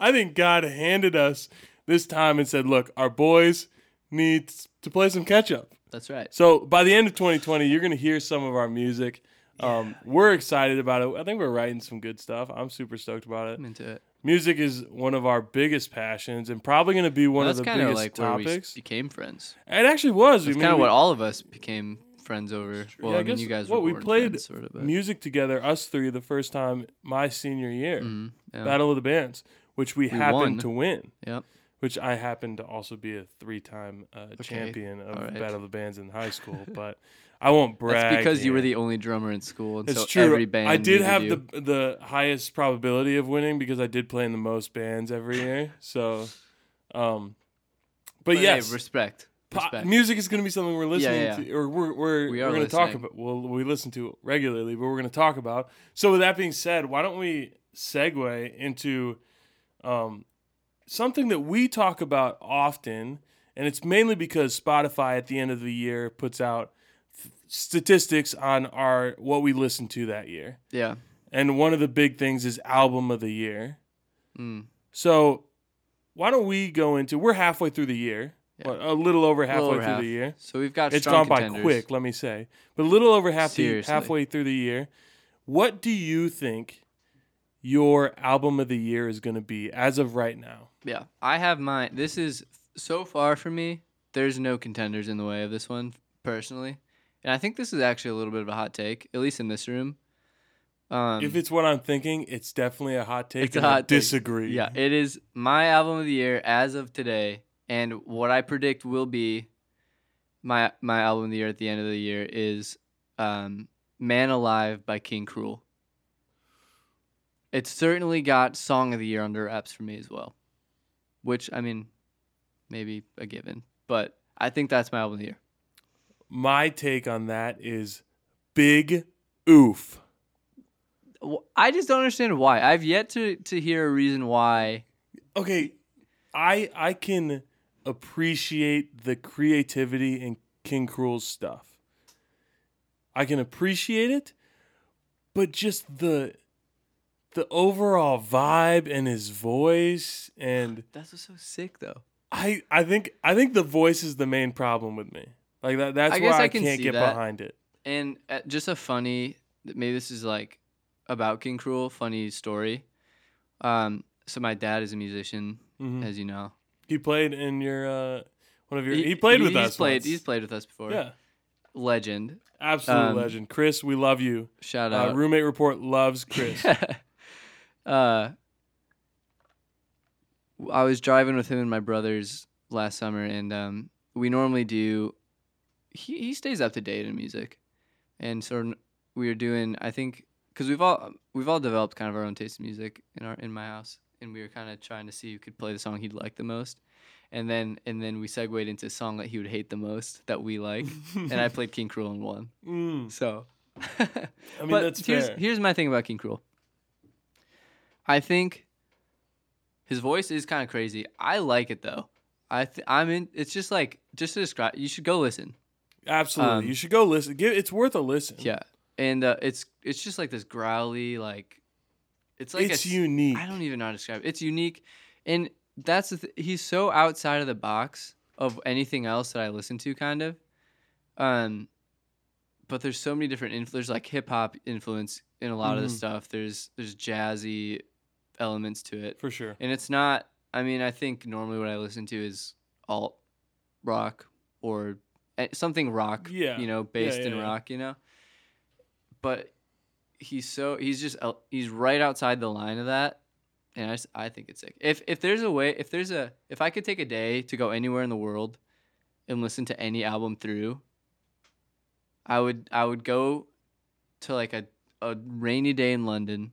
[SPEAKER 1] I think God handed us this time and said, "Look, our boys need to play some catch up."
[SPEAKER 2] That's right.
[SPEAKER 1] So by the end of 2020, you're gonna hear some of our music. Um, we're excited about it. I think we're writing some good stuff. I'm super stoked about it.
[SPEAKER 2] I'm into it.
[SPEAKER 1] Music is one of our biggest passions, and probably gonna be one
[SPEAKER 2] That's
[SPEAKER 1] of the
[SPEAKER 2] kind of
[SPEAKER 1] biggest
[SPEAKER 2] like where we
[SPEAKER 1] topics.
[SPEAKER 2] s- became friends.
[SPEAKER 1] it actually was. I
[SPEAKER 2] That's
[SPEAKER 1] mean,
[SPEAKER 2] kind of
[SPEAKER 1] we-
[SPEAKER 2] what all of us became friends over. Well,
[SPEAKER 1] Yeah, I
[SPEAKER 2] I, mean,
[SPEAKER 1] guess
[SPEAKER 2] you guys
[SPEAKER 1] what
[SPEAKER 2] were
[SPEAKER 1] we
[SPEAKER 2] born
[SPEAKER 1] played
[SPEAKER 2] friends, sort of, but-
[SPEAKER 1] music together, us three, the first time my senior year,
[SPEAKER 2] Mhm, yeah.
[SPEAKER 1] Battle of the Bands, which we, happened
[SPEAKER 2] won.
[SPEAKER 1] to win.
[SPEAKER 2] Yep.
[SPEAKER 1] Which I happened to also be a three-time uh, champion of
[SPEAKER 2] all right.
[SPEAKER 1] Battle of the Bands in high
[SPEAKER 2] [LAUGHS]
[SPEAKER 1] school, but I won't brag.
[SPEAKER 2] That's because you were
[SPEAKER 1] here.
[SPEAKER 2] the only drummer in school, and
[SPEAKER 1] It's
[SPEAKER 2] so
[SPEAKER 1] true.
[SPEAKER 2] every band.
[SPEAKER 1] I did
[SPEAKER 2] needed
[SPEAKER 1] have
[SPEAKER 2] you.
[SPEAKER 1] the the highest probability of winning because I did play in the most bands every year. So, um, but,
[SPEAKER 2] hey,
[SPEAKER 1] yes,
[SPEAKER 2] respect.
[SPEAKER 1] po-
[SPEAKER 2] Respect.
[SPEAKER 1] music is going to be something we're listening
[SPEAKER 2] yeah.
[SPEAKER 1] to, or we're we're,
[SPEAKER 2] We
[SPEAKER 1] we are
[SPEAKER 2] are
[SPEAKER 1] going to talk
[SPEAKER 2] listening.
[SPEAKER 1] about. Well, we listen to regularly, but we're going to talk about. So, with that being said, why don't we segue into um, something that we talk about often, and it's mainly because Spotify at the end of the year puts out f- statistics on our what we listened to that year
[SPEAKER 2] yeah.
[SPEAKER 1] and one of the big things is album of the year.
[SPEAKER 2] Mm.
[SPEAKER 1] So why don't we go into? We're halfway through the year,
[SPEAKER 2] Yeah.
[SPEAKER 1] What, a little over halfway
[SPEAKER 2] Little over
[SPEAKER 1] through
[SPEAKER 2] half.
[SPEAKER 1] the year.
[SPEAKER 2] So we've got.
[SPEAKER 1] It's
[SPEAKER 2] strong
[SPEAKER 1] gone by
[SPEAKER 2] contenders.
[SPEAKER 1] quick, let me say, but a little over half the,
[SPEAKER 2] Seriously.
[SPEAKER 1] halfway through the year. What do you think your album of the year is going to be as of right now?
[SPEAKER 2] Yeah, I have mine. This is so far for me. There's no contenders in the way of this one personally, and I think this is actually a little bit of a hot take, at least in this room. Um,
[SPEAKER 1] if it's what I'm thinking, it's definitely a hot take.
[SPEAKER 2] It's a
[SPEAKER 1] and I
[SPEAKER 2] hot take.
[SPEAKER 1] disagree.
[SPEAKER 2] yeah, it is my album of the year as of today, and what I predict will be my my album of the year at the end of the year is um, "Man Alive" by King Cruel. It's certainly got song of the year under wraps for me as well, which I mean, maybe a given, but I think that's my album of the year.
[SPEAKER 1] My take on that is big oof.
[SPEAKER 2] wh- I just don't understand why. I've yet to to hear a reason why.
[SPEAKER 1] Okay, I I can appreciate the creativity in King Cruel's stuff. I can appreciate it, but just the the overall vibe and his voice and
[SPEAKER 2] That's what's so sick though.
[SPEAKER 1] I I think I think the voice is the main problem with me. Like that that's
[SPEAKER 2] I
[SPEAKER 1] why
[SPEAKER 2] guess
[SPEAKER 1] I,
[SPEAKER 2] I can
[SPEAKER 1] can't
[SPEAKER 2] see
[SPEAKER 1] get
[SPEAKER 2] that.
[SPEAKER 1] behind it.
[SPEAKER 2] And uh, just a funny, maybe this is like about King Cruel, funny story. Um, so my dad is a musician,
[SPEAKER 1] Mhm.
[SPEAKER 2] as you know.
[SPEAKER 1] He played in your uh one of your he, played with
[SPEAKER 2] he's
[SPEAKER 1] us.
[SPEAKER 2] Played,
[SPEAKER 1] once.
[SPEAKER 2] He's played with us before.
[SPEAKER 1] Yeah.
[SPEAKER 2] Legend.
[SPEAKER 1] Absolute
[SPEAKER 2] Um,
[SPEAKER 1] legend. Chris, we love you.
[SPEAKER 2] Shout
[SPEAKER 1] Uh,
[SPEAKER 2] out.
[SPEAKER 1] roommate report loves Chris.
[SPEAKER 2] [LAUGHS] uh, I was driving with him and my brothers last summer, and um, we normally do. He he stays up to date in music, and so n- we were doing. I think because we've all we've all developed kind of our own taste in music in our in my house, and we were kind of trying to see who could play the song he'd like the most, and then and then we segued into a song that he would hate the most that we like, and I played King Cruel and won.
[SPEAKER 1] [LAUGHS] Mm.
[SPEAKER 2] So. [LAUGHS]
[SPEAKER 1] I mean
[SPEAKER 2] but
[SPEAKER 1] that's
[SPEAKER 2] here's,
[SPEAKER 1] fair.
[SPEAKER 2] here's my thing about King Cruel. I think his voice is kind of crazy. I like it though. I th- I'm in. It's just like just to describe. You should go listen.
[SPEAKER 1] Absolutely.
[SPEAKER 2] um,
[SPEAKER 1] you should go listen. Give it's worth a listen.
[SPEAKER 2] Yeah, and uh, it's it's just like this growly like. It's like a
[SPEAKER 1] it's
[SPEAKER 2] s-
[SPEAKER 1] unique.
[SPEAKER 2] I don't even know how to describe it. It's unique, and that's the th- he's so outside of the box of anything else that I listen to, kind of. Um, but there's so many different influences. There's like hip hop influence in a lot of
[SPEAKER 1] Mhm.
[SPEAKER 2] the stuff. There's there's jazzy elements to it,
[SPEAKER 1] for sure.
[SPEAKER 2] and it's not. I mean, I think normally what I listen to is alt rock or eh, something rock.
[SPEAKER 1] Yeah.
[SPEAKER 2] you know, based
[SPEAKER 1] yeah,
[SPEAKER 2] in
[SPEAKER 1] yeah.
[SPEAKER 2] rock. You know, but he's so he's just el- he's right outside the line of that and I, just, I think it's sick if if there's a way if there's a if i could take a day to go anywhere in the world and listen to any album through i would i would go to like a, a rainy day in london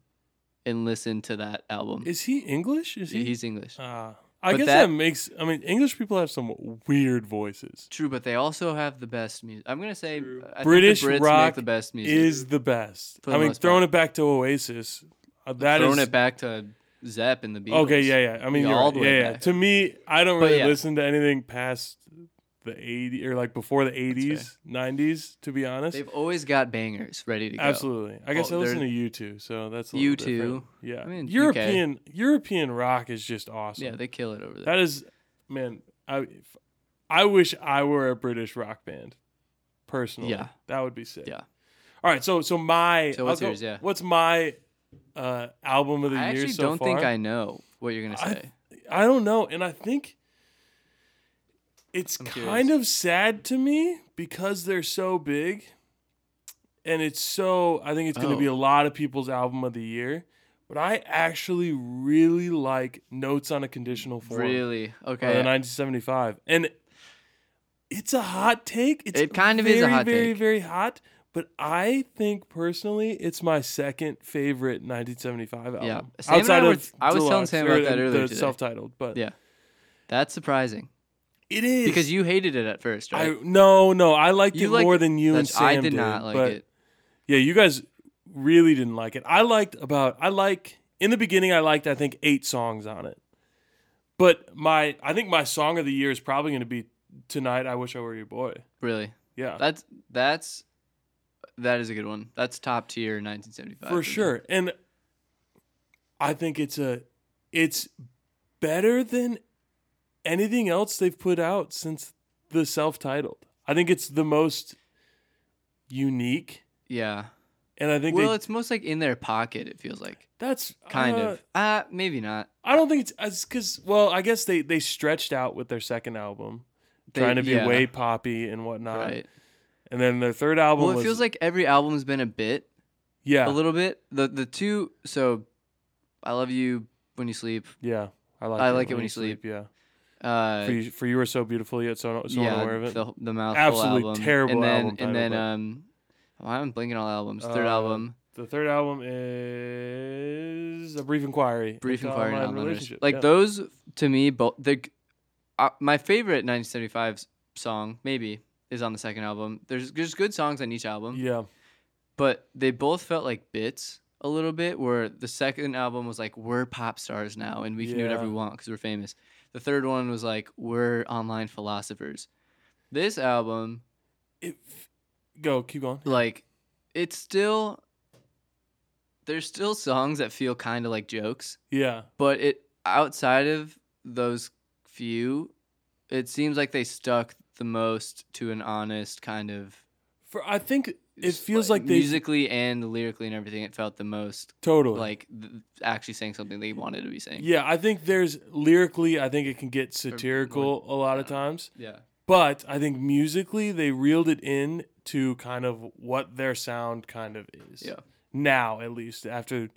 [SPEAKER 2] and listen to that album
[SPEAKER 1] Is he English? Is he?
[SPEAKER 2] he's english
[SPEAKER 1] Ah. I
[SPEAKER 2] But
[SPEAKER 1] guess that,
[SPEAKER 2] that-
[SPEAKER 1] makes. I mean, English people have some weird voices.
[SPEAKER 2] true but they also have the best music i'm gonna say
[SPEAKER 3] True.
[SPEAKER 2] I think the
[SPEAKER 1] British
[SPEAKER 2] Brits
[SPEAKER 1] rock
[SPEAKER 2] make the best music
[SPEAKER 1] Is the best.
[SPEAKER 2] For
[SPEAKER 1] I
[SPEAKER 2] the
[SPEAKER 1] mean,
[SPEAKER 2] most
[SPEAKER 1] throwing it back to Oasis. uh, that is
[SPEAKER 2] throwing it back to zepp and the beatles
[SPEAKER 1] okay. Yeah, yeah. I mean,
[SPEAKER 2] Yeah,
[SPEAKER 1] you're
[SPEAKER 2] all
[SPEAKER 1] right.
[SPEAKER 2] the
[SPEAKER 1] yeah,
[SPEAKER 2] way
[SPEAKER 1] yeah.
[SPEAKER 2] back.
[SPEAKER 1] To me, I don't
[SPEAKER 2] But
[SPEAKER 1] really
[SPEAKER 2] yeah.
[SPEAKER 1] listen to anything past the 80 or like before the 80s, 90s. To be honest,
[SPEAKER 2] they've always got bangers ready to go
[SPEAKER 1] Absolutely. I guess
[SPEAKER 2] Oh,
[SPEAKER 1] I listen to
[SPEAKER 2] they're-
[SPEAKER 1] you two, so that's a little
[SPEAKER 2] U2.
[SPEAKER 1] different. Yeah.
[SPEAKER 2] I mean, UK.
[SPEAKER 1] European European rock is just awesome.
[SPEAKER 2] yeah they kill it over there
[SPEAKER 1] that is man, I if- I wish I were a British rock band personally.
[SPEAKER 2] Yeah.
[SPEAKER 1] That would be sick.
[SPEAKER 2] Yeah.
[SPEAKER 1] All right, so so my
[SPEAKER 2] So what's
[SPEAKER 1] I'll go-
[SPEAKER 2] yours, yeah.
[SPEAKER 1] What's my uh album of the
[SPEAKER 2] I
[SPEAKER 1] year
[SPEAKER 2] actually
[SPEAKER 1] so
[SPEAKER 2] don't
[SPEAKER 1] far?
[SPEAKER 2] think I know what you're gonna
[SPEAKER 1] I-
[SPEAKER 2] say.
[SPEAKER 1] I don't know, and I think it's
[SPEAKER 2] I'm
[SPEAKER 1] kind of sad to me because they're so big, and it's so. I think it's going to be a
[SPEAKER 2] Oh.
[SPEAKER 1] lot of people's album of the year, but I actually really like "Notes on a Conditional Form"
[SPEAKER 2] really?
[SPEAKER 1] by the
[SPEAKER 2] Okay.
[SPEAKER 1] 1975, and it's a hot take. It's
[SPEAKER 2] It kind of is a
[SPEAKER 1] very,
[SPEAKER 2] hot
[SPEAKER 1] very,
[SPEAKER 2] take.
[SPEAKER 1] very hot. But I think personally, it's my second favorite 1975 album.
[SPEAKER 2] Yeah. Sam and I were- I was telling
[SPEAKER 1] Deluxe,
[SPEAKER 2] Sam
[SPEAKER 1] or
[SPEAKER 2] about that
[SPEAKER 1] the-
[SPEAKER 2] earlier
[SPEAKER 1] The
[SPEAKER 2] today.
[SPEAKER 1] self-titled, but
[SPEAKER 2] Yeah. That's surprising
[SPEAKER 1] it is
[SPEAKER 2] because you hated it at first, right?
[SPEAKER 1] I no no I liked
[SPEAKER 2] You
[SPEAKER 1] it
[SPEAKER 2] liked
[SPEAKER 1] more
[SPEAKER 2] it.
[SPEAKER 1] than you and
[SPEAKER 2] That's-
[SPEAKER 1] Sam
[SPEAKER 2] I did not like
[SPEAKER 1] but
[SPEAKER 2] it.
[SPEAKER 1] Yeah, you guys really didn't like it. I liked about I like in the beginning I liked I think eight songs on it, but my I think my song of the year is probably going to be tonight. I wish I were your boy.
[SPEAKER 2] Really?
[SPEAKER 1] Yeah,
[SPEAKER 2] That's that's that is a good one. That's top tier 1975
[SPEAKER 1] for
[SPEAKER 2] me.
[SPEAKER 1] sure. And I think it's a it's better than anything else they've put out since the self-titled. I think it's the most unique.
[SPEAKER 2] Yeah.
[SPEAKER 1] And I think
[SPEAKER 2] Well,
[SPEAKER 1] they
[SPEAKER 2] it's most like in their pocket. It feels like
[SPEAKER 1] That's
[SPEAKER 2] kind
[SPEAKER 1] uh,
[SPEAKER 2] of. Uh maybe not.
[SPEAKER 1] I don't think it's as because well, I guess they they stretched out with their second album,
[SPEAKER 2] They-
[SPEAKER 1] trying to be
[SPEAKER 2] yeah,
[SPEAKER 1] way poppy and whatnot,
[SPEAKER 2] right.
[SPEAKER 1] and then their third album
[SPEAKER 2] Well, it
[SPEAKER 1] was
[SPEAKER 2] feels like every album's been a bit,
[SPEAKER 1] yeah,
[SPEAKER 2] a little bit. The the two. So, I love you when you sleep.
[SPEAKER 1] yeah. I like
[SPEAKER 2] I like it when you sleep.
[SPEAKER 1] Yeah,
[SPEAKER 2] Uh,
[SPEAKER 1] for you, for you are so beautiful yet so so unaware of it.
[SPEAKER 2] The, the mouthful
[SPEAKER 1] Absolutely
[SPEAKER 2] album.
[SPEAKER 1] terrible
[SPEAKER 2] and then,
[SPEAKER 1] album title,
[SPEAKER 2] And then,
[SPEAKER 1] but-
[SPEAKER 2] um, why am I blinking all albums? Third
[SPEAKER 1] Uh,
[SPEAKER 2] album,
[SPEAKER 1] The third album is a brief inquiry.
[SPEAKER 2] Brief
[SPEAKER 1] into
[SPEAKER 2] Inquiry,
[SPEAKER 1] Online
[SPEAKER 2] Not Relationship.
[SPEAKER 1] Relationship.
[SPEAKER 2] Like
[SPEAKER 1] yeah.
[SPEAKER 2] those to me, both the uh, my favorite 1975 's song maybe is on the second album. There's there's good songs on each album,
[SPEAKER 1] Yeah,
[SPEAKER 2] but they both felt like bits a little bit where the second album was like we're pop stars now and we can do whatever
[SPEAKER 1] Yeah.
[SPEAKER 2] we want because we're famous the third one was like we're online philosophers this album
[SPEAKER 1] It, go, keep going.
[SPEAKER 2] like it's still there's still songs that feel kind of like jokes
[SPEAKER 1] Yeah.
[SPEAKER 2] but it outside of those few it seems like they stuck the most to an honest kind of
[SPEAKER 1] For I think it
[SPEAKER 2] just,
[SPEAKER 1] feels like, they
[SPEAKER 2] musically and lyrically and everything it felt the most
[SPEAKER 1] totally
[SPEAKER 2] like th- actually saying something they wanted to be saying
[SPEAKER 1] Yeah, I think there's lyrically, I think it can get satirical a lot of
[SPEAKER 2] yeah.
[SPEAKER 1] times.
[SPEAKER 2] yeah
[SPEAKER 1] but I think musically they reeled it in to kind of what their sound kind of is.
[SPEAKER 2] Yeah.
[SPEAKER 1] Now at least after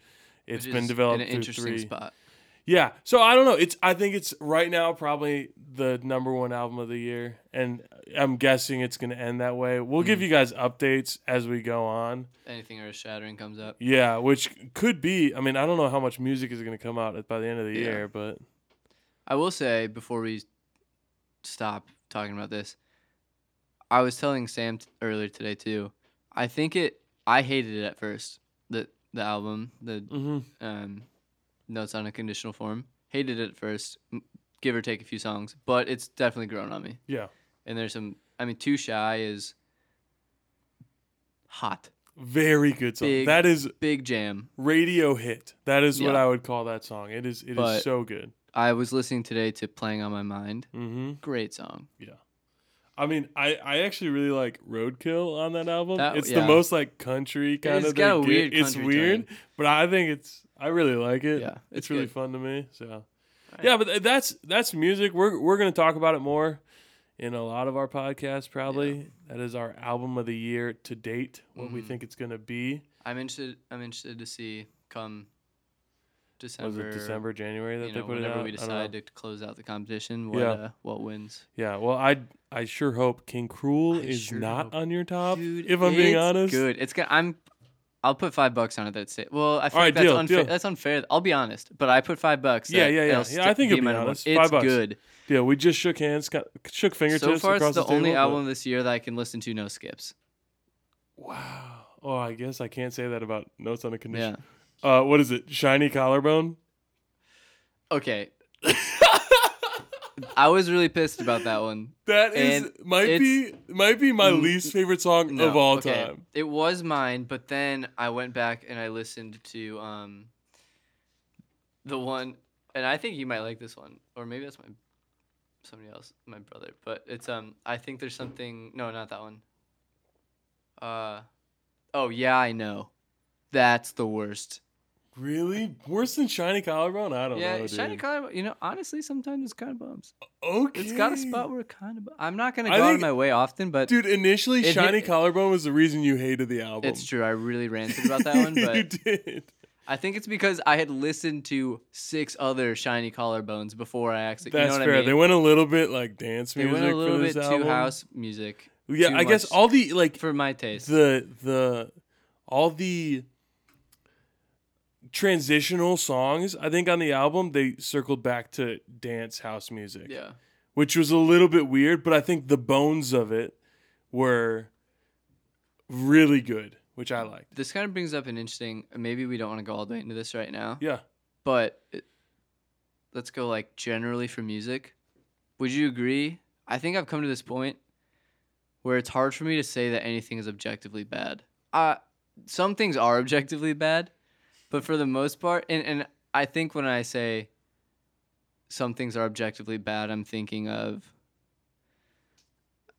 [SPEAKER 1] it's
[SPEAKER 2] Which
[SPEAKER 1] been
[SPEAKER 2] is
[SPEAKER 1] developed
[SPEAKER 2] in an
[SPEAKER 1] through
[SPEAKER 2] interesting
[SPEAKER 1] three.
[SPEAKER 2] spot
[SPEAKER 1] Yeah. So I don't know. It's I think it's right now probably the number one album of the year, and I'm guessing it's going to end that way. We'll give
[SPEAKER 2] Mhm.
[SPEAKER 1] you guys updates as we go on.
[SPEAKER 2] anything earth shattering comes up
[SPEAKER 1] Yeah, which could be. I mean, I don't know how much music is going to come out at- by the end of the
[SPEAKER 2] Yeah.
[SPEAKER 1] year, but
[SPEAKER 2] I will say before we stop talking about this, I was telling Sam t- earlier today too. I think it. I hated it at first. The the album, the
[SPEAKER 1] hmm
[SPEAKER 2] um, notes on a conditional form, hated it at first. m- Give or take a few songs, but it's definitely grown on me.
[SPEAKER 1] yeah,
[SPEAKER 2] And there's some. I mean, too shy is hot,
[SPEAKER 1] very good song.
[SPEAKER 2] Big-
[SPEAKER 1] that is
[SPEAKER 2] big jam.
[SPEAKER 1] radio hit. That is what
[SPEAKER 2] Yeah.
[SPEAKER 1] I would call that song. It is it is
[SPEAKER 2] But-
[SPEAKER 1] so good.
[SPEAKER 2] I was listening today to "Playing on My Mind."
[SPEAKER 1] hmm
[SPEAKER 2] Great song.
[SPEAKER 1] I mean, I, I actually really like Roadkill on that album.
[SPEAKER 2] That-
[SPEAKER 1] it's the
[SPEAKER 2] yeah.
[SPEAKER 1] most like country kind
[SPEAKER 2] It's
[SPEAKER 1] of. they
[SPEAKER 2] got a
[SPEAKER 1] get.
[SPEAKER 2] weird
[SPEAKER 1] It's
[SPEAKER 2] country
[SPEAKER 1] weird, but I think it's I really like it.
[SPEAKER 2] Yeah,
[SPEAKER 1] it's,
[SPEAKER 2] it's
[SPEAKER 1] really
[SPEAKER 2] good.
[SPEAKER 1] fun to me. So,
[SPEAKER 2] Alright.
[SPEAKER 1] yeah, but th- that's that's music. We're we're gonna talk about it more in a lot of our podcasts. Probably that is our album of the year to date. What we
[SPEAKER 2] Mhm.
[SPEAKER 1] think it's gonna be.
[SPEAKER 2] I'm interested. I'm interested to see come
[SPEAKER 1] Was
[SPEAKER 2] December.
[SPEAKER 1] it December, January that
[SPEAKER 2] You
[SPEAKER 1] they
[SPEAKER 2] know,
[SPEAKER 1] put it out?
[SPEAKER 2] whenever we
[SPEAKER 1] I don't know.
[SPEAKER 2] decide to close out the competition, what
[SPEAKER 1] Yeah.
[SPEAKER 2] uh, what wins?
[SPEAKER 1] Yeah, well, I I sure hope King Cruel
[SPEAKER 2] I
[SPEAKER 1] is
[SPEAKER 2] sure
[SPEAKER 1] not
[SPEAKER 2] hope-
[SPEAKER 1] on your top. if I'm being
[SPEAKER 2] it's
[SPEAKER 1] honest,
[SPEAKER 2] good. It's gonna. I'm. I'll put five bucks on it. That's it. Well, I think
[SPEAKER 1] right,
[SPEAKER 2] that's
[SPEAKER 1] deal,
[SPEAKER 2] unfair.
[SPEAKER 1] deal.
[SPEAKER 2] That's unfair. I'll be honest, but I put five bucks.
[SPEAKER 1] Yeah,
[SPEAKER 2] that
[SPEAKER 1] yeah, yeah.
[SPEAKER 2] it'll
[SPEAKER 1] Yeah,
[SPEAKER 2] sti-
[SPEAKER 1] I think it'll be
[SPEAKER 2] my number one.
[SPEAKER 1] honest.
[SPEAKER 2] It's
[SPEAKER 1] Five bucks.
[SPEAKER 2] good.
[SPEAKER 1] yeah, we just shook hands, got, shook
[SPEAKER 2] So
[SPEAKER 1] fingertips
[SPEAKER 2] far, it's
[SPEAKER 1] across
[SPEAKER 2] the, only
[SPEAKER 1] table, but-
[SPEAKER 2] album this year that I can listen to no skips.
[SPEAKER 1] Wow. Oh, I guess I can't say that about Notes on a
[SPEAKER 2] Yeah.
[SPEAKER 1] Condition. Uh, what is it? Shiny Collarbone. [LAUGHS]
[SPEAKER 2] Okay. I was really pissed about that one.
[SPEAKER 1] That is
[SPEAKER 2] And
[SPEAKER 1] might be might be my
[SPEAKER 2] Mm,
[SPEAKER 1] least favorite song of
[SPEAKER 2] No,
[SPEAKER 1] all
[SPEAKER 2] okay.
[SPEAKER 1] time.
[SPEAKER 2] It was mine, but then I went back and I listened to um the one and I think you might like this one. Or maybe that's my somebody else, my brother. But it's um I think there's something no, not that one. Uh oh yeah, I know. That's the worst.
[SPEAKER 1] Really, worse than Shiny Collarbone? I don't
[SPEAKER 2] yeah,
[SPEAKER 1] know.
[SPEAKER 2] Shiny
[SPEAKER 1] Oh, dude.
[SPEAKER 2] Collar you know, honestly sometimes it's kinda bums.
[SPEAKER 1] okay.
[SPEAKER 2] It's got a spot where it kinda bu- I'm not gonna
[SPEAKER 1] I
[SPEAKER 2] go out
[SPEAKER 1] think-
[SPEAKER 2] of my way often, but
[SPEAKER 1] Dude, initially,
[SPEAKER 2] It hit-
[SPEAKER 1] Shiny Collarbone was the reason you hated the album.
[SPEAKER 2] it's true. I really ranted
[SPEAKER 1] [LAUGHS]
[SPEAKER 2] about that one, but
[SPEAKER 1] you did.
[SPEAKER 2] I think it's because I had listened to six other shiny collarbones before I actually.
[SPEAKER 1] That's
[SPEAKER 2] you know what
[SPEAKER 1] fair.
[SPEAKER 2] I mean?
[SPEAKER 1] They went a little bit like dance
[SPEAKER 2] They
[SPEAKER 1] music.
[SPEAKER 2] went a little
[SPEAKER 1] for
[SPEAKER 2] bit
[SPEAKER 1] this
[SPEAKER 2] too
[SPEAKER 1] album.
[SPEAKER 2] house music
[SPEAKER 1] Yeah,
[SPEAKER 2] too
[SPEAKER 1] I guess
[SPEAKER 2] much
[SPEAKER 1] all the like
[SPEAKER 2] for my taste.
[SPEAKER 1] the the all the transitional songs. I think on the album they circled back to dance house music,
[SPEAKER 2] yeah,
[SPEAKER 1] which was a little bit weird. But I think the bones of it were really good, which I liked.
[SPEAKER 2] this kind of brings up an interesting. Maybe we don't want to go all the way into this right now,
[SPEAKER 1] Yeah,
[SPEAKER 2] but it, let's go like generally for music. Would you agree? I think I've come to this point where it's hard for me to say that anything is objectively bad. Uh, some things are objectively bad, but for the most part, and, and I think when I say some things are objectively bad, I'm thinking of.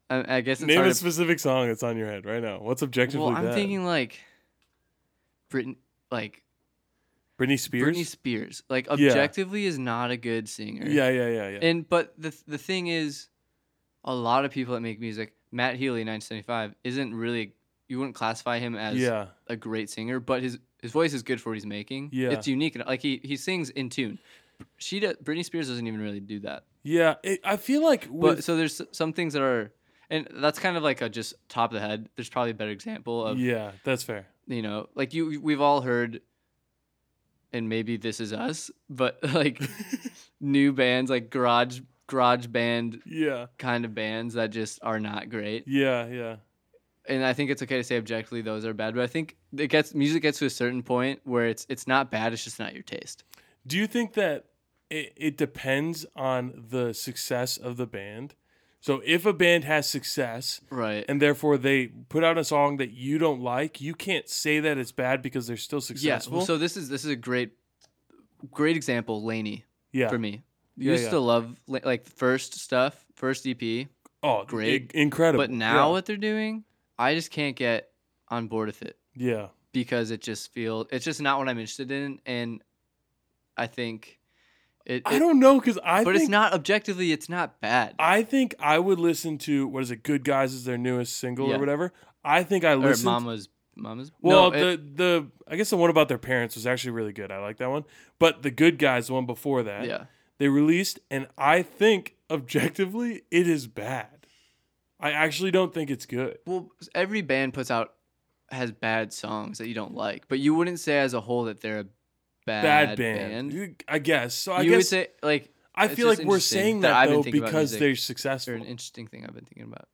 [SPEAKER 2] I, I guess it's
[SPEAKER 1] name
[SPEAKER 2] hard
[SPEAKER 1] a
[SPEAKER 2] to-
[SPEAKER 1] specific song that's on your head right now. What's objectively
[SPEAKER 2] well, I'm
[SPEAKER 1] bad?
[SPEAKER 2] thinking like, Britney, like
[SPEAKER 1] Britney Spears.
[SPEAKER 2] Britney Spears, like
[SPEAKER 1] Yeah.
[SPEAKER 2] objectively is not a good singer.
[SPEAKER 1] yeah, yeah, yeah, yeah.
[SPEAKER 2] And but the the thing is, a lot of people that make music, Matt Healy, 1975, isn't really. You wouldn't classify him as
[SPEAKER 1] yeah,
[SPEAKER 2] a great singer, but his his voice is good for what he's making.
[SPEAKER 1] Yeah.
[SPEAKER 2] it's unique. and Like he he sings in tune. She does, Britney Spears doesn't even really do that.
[SPEAKER 1] yeah. It, I feel like with
[SPEAKER 2] But so there's s- some things that are, and that's kind of like a just top of the head. There's probably a better example of
[SPEAKER 1] yeah, that's fair.
[SPEAKER 2] you know like you we've all heard, and maybe this is us, but
[SPEAKER 1] [LAUGHS]
[SPEAKER 2] [LAUGHS] like new bands like garage garage band
[SPEAKER 1] Yeah,
[SPEAKER 2] kind of bands that just are not great.
[SPEAKER 1] yeah, yeah.
[SPEAKER 2] and I think it's okay to say objectively those are bad, but I think it gets music gets to a certain point where it's it's not bad, it's just not your taste.
[SPEAKER 1] Do you think that it, it depends on the success of the band? So if a band has success
[SPEAKER 2] Right.
[SPEAKER 1] and therefore they put out a song that you don't like, you can't say that it's bad because they're still
[SPEAKER 2] yeah.
[SPEAKER 1] successful.
[SPEAKER 2] Well, so this is this is a great great example, Laney,
[SPEAKER 1] yeah.
[SPEAKER 2] for me. You
[SPEAKER 1] Yeah,
[SPEAKER 2] used
[SPEAKER 1] yeah.
[SPEAKER 2] to love La- like first stuff, first EP,
[SPEAKER 1] oh,
[SPEAKER 2] great.
[SPEAKER 1] i- incredible.
[SPEAKER 2] but now
[SPEAKER 1] yeah.
[SPEAKER 2] what they're doing, I just can't get on board with it
[SPEAKER 1] yeah.
[SPEAKER 2] because it just feels it's just not what I'm interested in, and I think it.
[SPEAKER 1] I
[SPEAKER 2] it-
[SPEAKER 1] don't know because I
[SPEAKER 2] but
[SPEAKER 1] think
[SPEAKER 2] it's not objectively, it's not bad.
[SPEAKER 1] I think I would listen to what is it? Good Guys is their newest single
[SPEAKER 2] Yeah.
[SPEAKER 1] or whatever. I think I
[SPEAKER 2] or
[SPEAKER 1] listened.
[SPEAKER 2] Mama's Mama's.
[SPEAKER 1] well,
[SPEAKER 2] no, it-
[SPEAKER 1] the the I guess the one about their parents was actually really good. I like that one. But the Good Guys, the one before that,
[SPEAKER 2] yeah.
[SPEAKER 1] they released, and I think objectively it is bad. I actually don't think it's good.
[SPEAKER 2] Well, every band puts out has bad songs that you don't like, but you wouldn't say as a whole that they're a bad,
[SPEAKER 1] Bad, band, I guess. So I
[SPEAKER 2] you would
[SPEAKER 1] guess
[SPEAKER 2] say like
[SPEAKER 1] I
[SPEAKER 2] it's
[SPEAKER 1] feel
[SPEAKER 2] just
[SPEAKER 1] like we're
[SPEAKER 2] interesting
[SPEAKER 1] saying
[SPEAKER 2] that
[SPEAKER 1] that,
[SPEAKER 2] I've been
[SPEAKER 1] though
[SPEAKER 2] thinking about
[SPEAKER 1] because
[SPEAKER 2] music
[SPEAKER 1] they're
[SPEAKER 2] or
[SPEAKER 1] successful.
[SPEAKER 2] an interesting thing I've been thinking about.